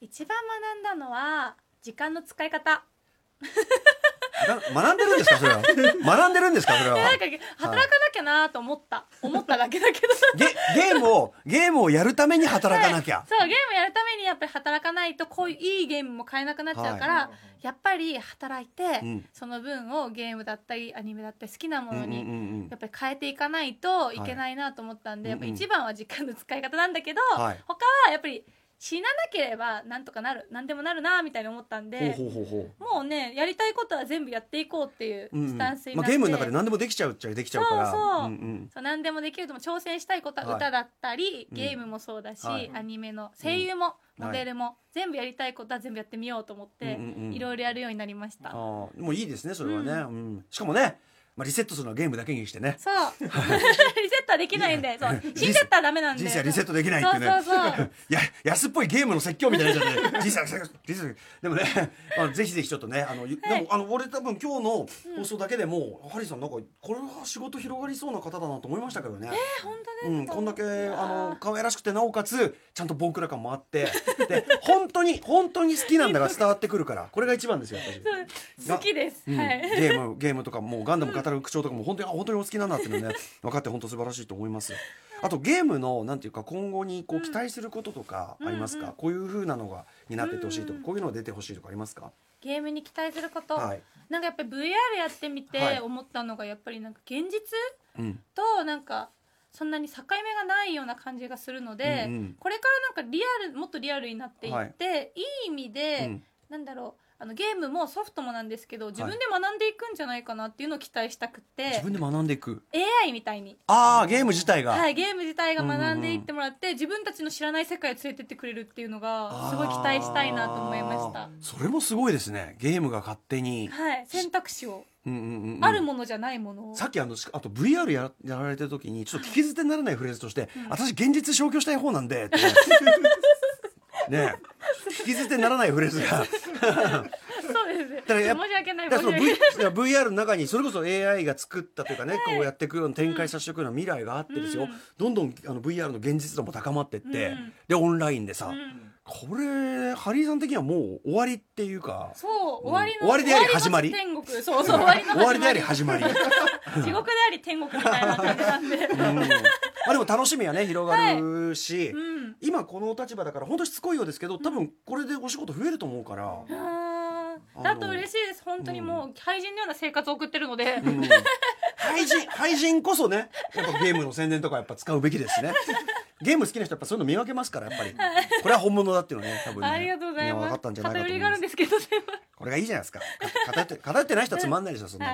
Speaker 3: 一番学んだのは時間の使い方
Speaker 1: な学んでるんですかそ れは学んでるんですかそれは
Speaker 3: なんか働かなきゃなと思った、思っただけだけど
Speaker 1: ゲゲームをゲームをやるために働かなきゃ、
Speaker 3: そうゲームやるためにやっぱり働かないとこういういいゲームも買えなくなっちゃうから、
Speaker 4: はい
Speaker 3: やっぱり働いて、
Speaker 1: うん
Speaker 3: その分をゲームだったりアニメだったり好きなもの
Speaker 1: うんう
Speaker 3: に
Speaker 1: んうんうん
Speaker 3: やっぱり変えていかないといけないなと思ったんで、
Speaker 1: はい
Speaker 3: やっぱ一番は時間の使い方なんだけど、
Speaker 1: はい
Speaker 3: 他はやっぱり死ななければなんとかなるなんでもなるなみたいに思ったんで。
Speaker 1: ほうほうほうほう
Speaker 3: もうねやりたいことは全部やっていこうっていう
Speaker 1: うんう
Speaker 3: ス
Speaker 1: ん
Speaker 3: タンスに
Speaker 1: まあ、
Speaker 3: なっ
Speaker 1: ゲ
Speaker 3: て、
Speaker 1: ームの中で何でもできちゃうっちゃできちゃうから
Speaker 3: そうそうん
Speaker 1: ん
Speaker 3: そう何でもできるとも挑戦したいこと
Speaker 1: は
Speaker 3: はい歌だったり、
Speaker 1: うん
Speaker 3: ゲームもそうだし、
Speaker 1: はい
Speaker 3: アニメの声優も、
Speaker 1: うん
Speaker 3: モデルも、全部やりたいことは全部やってみようと思って、
Speaker 1: うんうんうん
Speaker 3: いろいろやるようになりました、
Speaker 1: ああもういいですねそれはね、うんしかもね、まあ、リセットするのはゲームだけにしてね
Speaker 3: そうリセットはできないんでそう死んじゃったらダメなんで
Speaker 1: 人生はリセットできないっ
Speaker 3: そ
Speaker 1: て
Speaker 3: う
Speaker 1: ね
Speaker 3: そうそう
Speaker 1: や安っぽいゲームの説教みたいなじゃない 人生はリセットリセットでもね あのぜひぜひちょっとねあの、ゆでもあの俺多分今日の放送だけでも、ハリーさんなんかこれは仕事広がりそうな方だなと思いましたけどね、
Speaker 3: 本当
Speaker 1: う
Speaker 3: で
Speaker 1: ん、
Speaker 3: すか、
Speaker 1: こんだけ
Speaker 3: いやー
Speaker 1: あの可愛らしくてなおかつちゃんとボンクラ感もあってで本当に本当に好きなんだが伝わってくるからこれが一番ですよ私。
Speaker 3: 好きです、
Speaker 1: うん
Speaker 3: はい
Speaker 1: ゲームゲームとかもうガンダム語る口調とかも本当に、あ本当にお好きなんだっていうのね分かって本当素晴らしいと思いますあとゲームのなんていうか今後にこう期待することとかありますか、
Speaker 3: うんうん
Speaker 1: こういう風なのがになってってほしいとか、
Speaker 3: うんうん
Speaker 1: こういうのが出てほしいとかありますか、
Speaker 3: ゲームに期待すること、
Speaker 1: はい、
Speaker 3: なんかやっぱり VR やってみ
Speaker 1: はい
Speaker 3: て思ったのがやっぱりなんか現実
Speaker 1: うん、
Speaker 3: となんかそんなに境目がないような感じがするので、
Speaker 1: うんうん
Speaker 3: これからなんかリアルもっとリアルになっていって、い、い意味で、
Speaker 1: うん
Speaker 3: なんだろうあのゲームもソフトもなんですけど自分で学んでいくんじゃないかなっていうのを期待したくて、
Speaker 1: 自分で学んでいく
Speaker 3: AI みたいに、
Speaker 1: ああゲーム自体が、
Speaker 3: はい、ゲーム自体が学んでいってもらって、自分たちの知らない世界を連れてってくれるっていうのがすごい期待したいなと思いました
Speaker 1: あ。ーそれもすごいですねゲームが勝手に、
Speaker 3: はい、選択肢を、
Speaker 1: うんうんうんうん
Speaker 3: あるものじゃないものを
Speaker 1: さっきあのしあと VR ややられてる時にちょっと聞き捨てにならないフレーズとして「私現実消去したい方なん で」ってねえ聞き捨てにならないフレーズ がだ
Speaker 3: そうですね
Speaker 1: からやっ
Speaker 3: 申し訳ない
Speaker 1: だ
Speaker 3: 申
Speaker 1: から
Speaker 3: し
Speaker 1: その V
Speaker 3: 訳ない
Speaker 1: いや VR の中にそれこそ AI が作ったというかねこうやっていくような展開させていくような未来があってですよ、
Speaker 3: うん
Speaker 1: どんどんあの VR の現実度も高まってって、
Speaker 3: うん
Speaker 1: でオンラインでさ、
Speaker 3: うん
Speaker 1: これハリーさん的にはもう終わりっていう か
Speaker 3: そう、
Speaker 1: うん
Speaker 3: 終わりの、
Speaker 1: 終わりであり始まり
Speaker 3: 終わの天国、そうそう、終わりの
Speaker 1: 終わりであり始まり。
Speaker 3: 地獄であり天国みたいな感じなんで。
Speaker 1: うんまあでも楽しみはね広がるし、
Speaker 3: うん。
Speaker 1: 今この立場だから本当しつこいようですけど多分これでお仕事増えると思うから、
Speaker 3: あ
Speaker 1: あの
Speaker 3: ーだと嬉しいです。本当にもう、廃人のような生活を送ってるので。
Speaker 1: うん、 廃人廃人こそねやっぱゲームの宣伝とかやっぱ使うべきですねゲーム好きな人やっぱそういうの見分けますからやっぱりこれは本物だっていうのね多分ね
Speaker 3: ありがとうござい
Speaker 1: みんな分
Speaker 3: ま
Speaker 1: か
Speaker 3: す
Speaker 1: ったんじゃないかと
Speaker 3: 偏
Speaker 1: 思
Speaker 3: り
Speaker 1: い
Speaker 3: があ
Speaker 1: ま
Speaker 3: るん
Speaker 1: す
Speaker 3: ですけどすいません
Speaker 1: これがいいじゃないですかか偏って偏ってない人はつまんないでしょそんな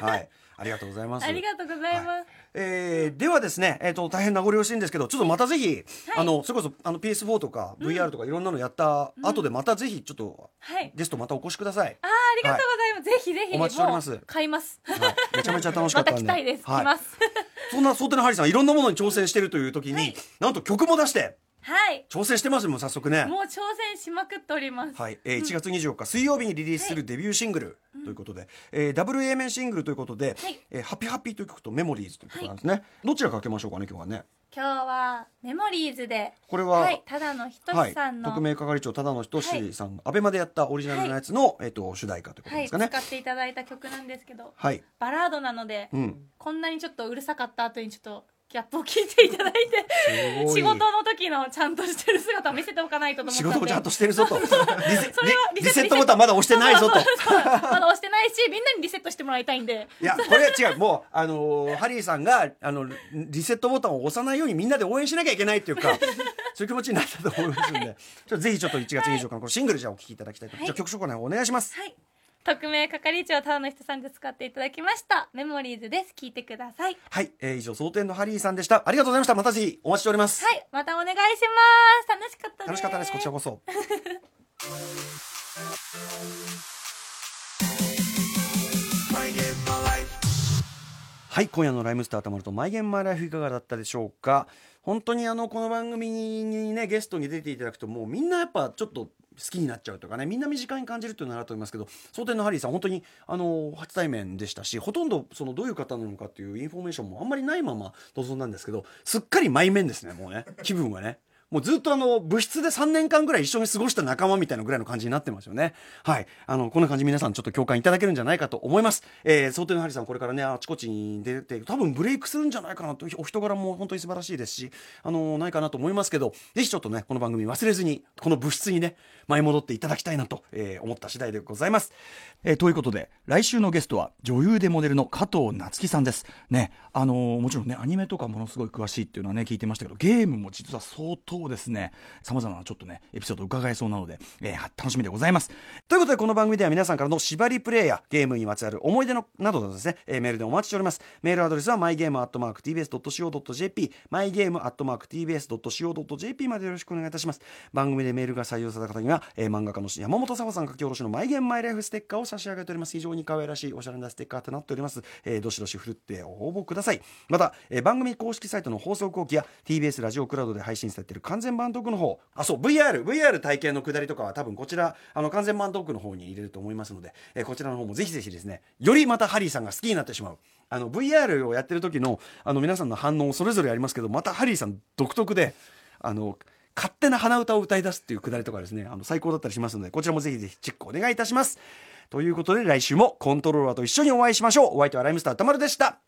Speaker 1: のはいありがとうございます
Speaker 3: ありがとうございます、
Speaker 1: えーではですね、えー、と大変名残惜しいんですけどちょっとまたぜひ、あのそれこそあの PS4 とか VR とかいろんなのやった後でまたぜひちょっと、
Speaker 3: はい
Speaker 1: ゲストまたお越しください
Speaker 3: あーありがとうございます、ぜひぜひ
Speaker 1: お待ちしております
Speaker 3: もう買います
Speaker 1: はい、めちゃめちゃ楽しか
Speaker 3: ま
Speaker 1: った
Speaker 3: た
Speaker 1: んで
Speaker 3: 来たいです、
Speaker 1: は
Speaker 3: 来ます
Speaker 1: そんな想定のハリーさんいろんなものに挑戦してるという時に、なんと曲も出して
Speaker 3: はい
Speaker 1: 挑戦してますよもう早速ね
Speaker 3: もう挑戦しまくっております
Speaker 1: はいえー1月24日水曜日にリリースするデビューシングルということで、えーダブル A 面シングルということで「
Speaker 3: はい
Speaker 1: えーハッピーハッピー」という曲と「メモリーズ」という曲なんですね、どちらかけましょうかね今日はね
Speaker 3: 今日はメモリーズで
Speaker 1: これは、
Speaker 3: はいただのひと
Speaker 1: は
Speaker 3: し
Speaker 1: い
Speaker 3: さん、の
Speaker 1: 匿名係長ただのひとしさんの、アベマでやったオリジナルのやつの、えっと主題歌ということ
Speaker 3: は
Speaker 1: で
Speaker 3: い、
Speaker 1: すかね
Speaker 3: 使っていただいた曲なんですけど
Speaker 1: はい、
Speaker 3: バラードなので、
Speaker 1: うん
Speaker 3: こんなにちょっとうるさかった後にちょっとギャップを聞いていただいて
Speaker 1: すごい
Speaker 3: 仕事の時のちゃんとしてる姿を見せておかないとと思った
Speaker 1: 仕
Speaker 3: んで
Speaker 1: 事をちゃんとしてるぞとリセリ
Speaker 3: それはリセット
Speaker 1: リセットボタンまだ押してないぞと
Speaker 3: そうそうそうまだ押してないしみんなにリセットしてもらいたいんで
Speaker 1: いやこれは違うもうあのーハリーさんがあのリセットボタンを押さないようにみんなで応援しなきゃいけないっていう かそういう気持ちになったと思いますんで、ちょっとぜひちょっと1月24日のこのシングルじゃあお聴きいただきたいと、
Speaker 3: はい
Speaker 1: じゃあ曲紹介の方お願いします
Speaker 3: はい匿名係長ただの人さんで使っていただきましたメモリーズです聞いてください
Speaker 1: はい、えー以上蒼天のハリーさんでしたありがとうございましたまたぜひお待ちしております、
Speaker 3: はいまたお願いします楽しかったです
Speaker 1: 楽しかったですこちらこ そはい今夜の「ライムスターたまるとマイゲームマイライフ」いかがだったでしょうか本当にあのこの番組にねゲストに出ていただくともうみんなやっぱちょっと好きになっちゃうとかねみんな身近に感じるというのはあると思いますけど蒼天のハリーさん本当にあの初対面でしたしほとんどそのどういう方なのかっていうインフォメーションもあんまりないまま臨んだんですけどすっかり前面ですねもうね気分はね。もうずっとあの部室で3年間ぐらい一緒に過ごした仲間みたいなぐらいの感じになってますよね。はい。あの、こんな感じ皆さんちょっと共感いただけるんじゃないかと思います。えー、蒼天のハリさんこれからね、あちこちに出て、多分ブレイクするんじゃないかなと、お人柄も本当に素晴らしいですし、あのないかなと思いますけど、ぜひちょっとね、この番組忘れずに、この部室にね、舞い戻っていただきたいなと、えー思った次第でございます。
Speaker 4: えーということで来週のゲストは女優でモデルの加藤夏樹さんですねあのーもちろんねアニメとかものすごい詳しいっていうのはね聞いてましたけどゲームも実は相当ですねさまざまなちょっとねエピソード伺えそうなので、えー楽しみでございます
Speaker 1: ということで、この番組では皆さんからの縛りプレイやゲームにまつわる思い出のなどなどですね、えーメールでお待ちしております。メールアドレスは mygame.tbs.co.jp、mygame.tbs.co.jp までよろしくお願いいたします。番組でメールが採用された方には、えー漫画家の山本沙穂さん書き下ろしのマイゲームマイライフステッカーを差し上げております。非常に可愛らしいおしゃれなステッカーとなっております。えーどしどし振るって応募ください。また、えー番組公式サイトの放送後期や TBS ラジオクラウドで配信されている完全版トークの方、あ、そう、VR、VR 体験のくだりとかは多分こちら、あの、完全版トークの方に入れると思いますので、えーこちらの方もぜひぜひですね、よりまたハリーさんが好きになってしまう。あの、VR をやってる時の、あの、皆さんの反応それぞれありますけど、またハリーさん独特で、あの、勝手な鼻歌を歌い出すっていうくだりとかですね、あの、最高だったりしますので、こちらもぜひぜひチェックお願いいたします。ということで、来週もコントローラーと一緒にお会いしましょう。お相手はライムスター歌丸でした。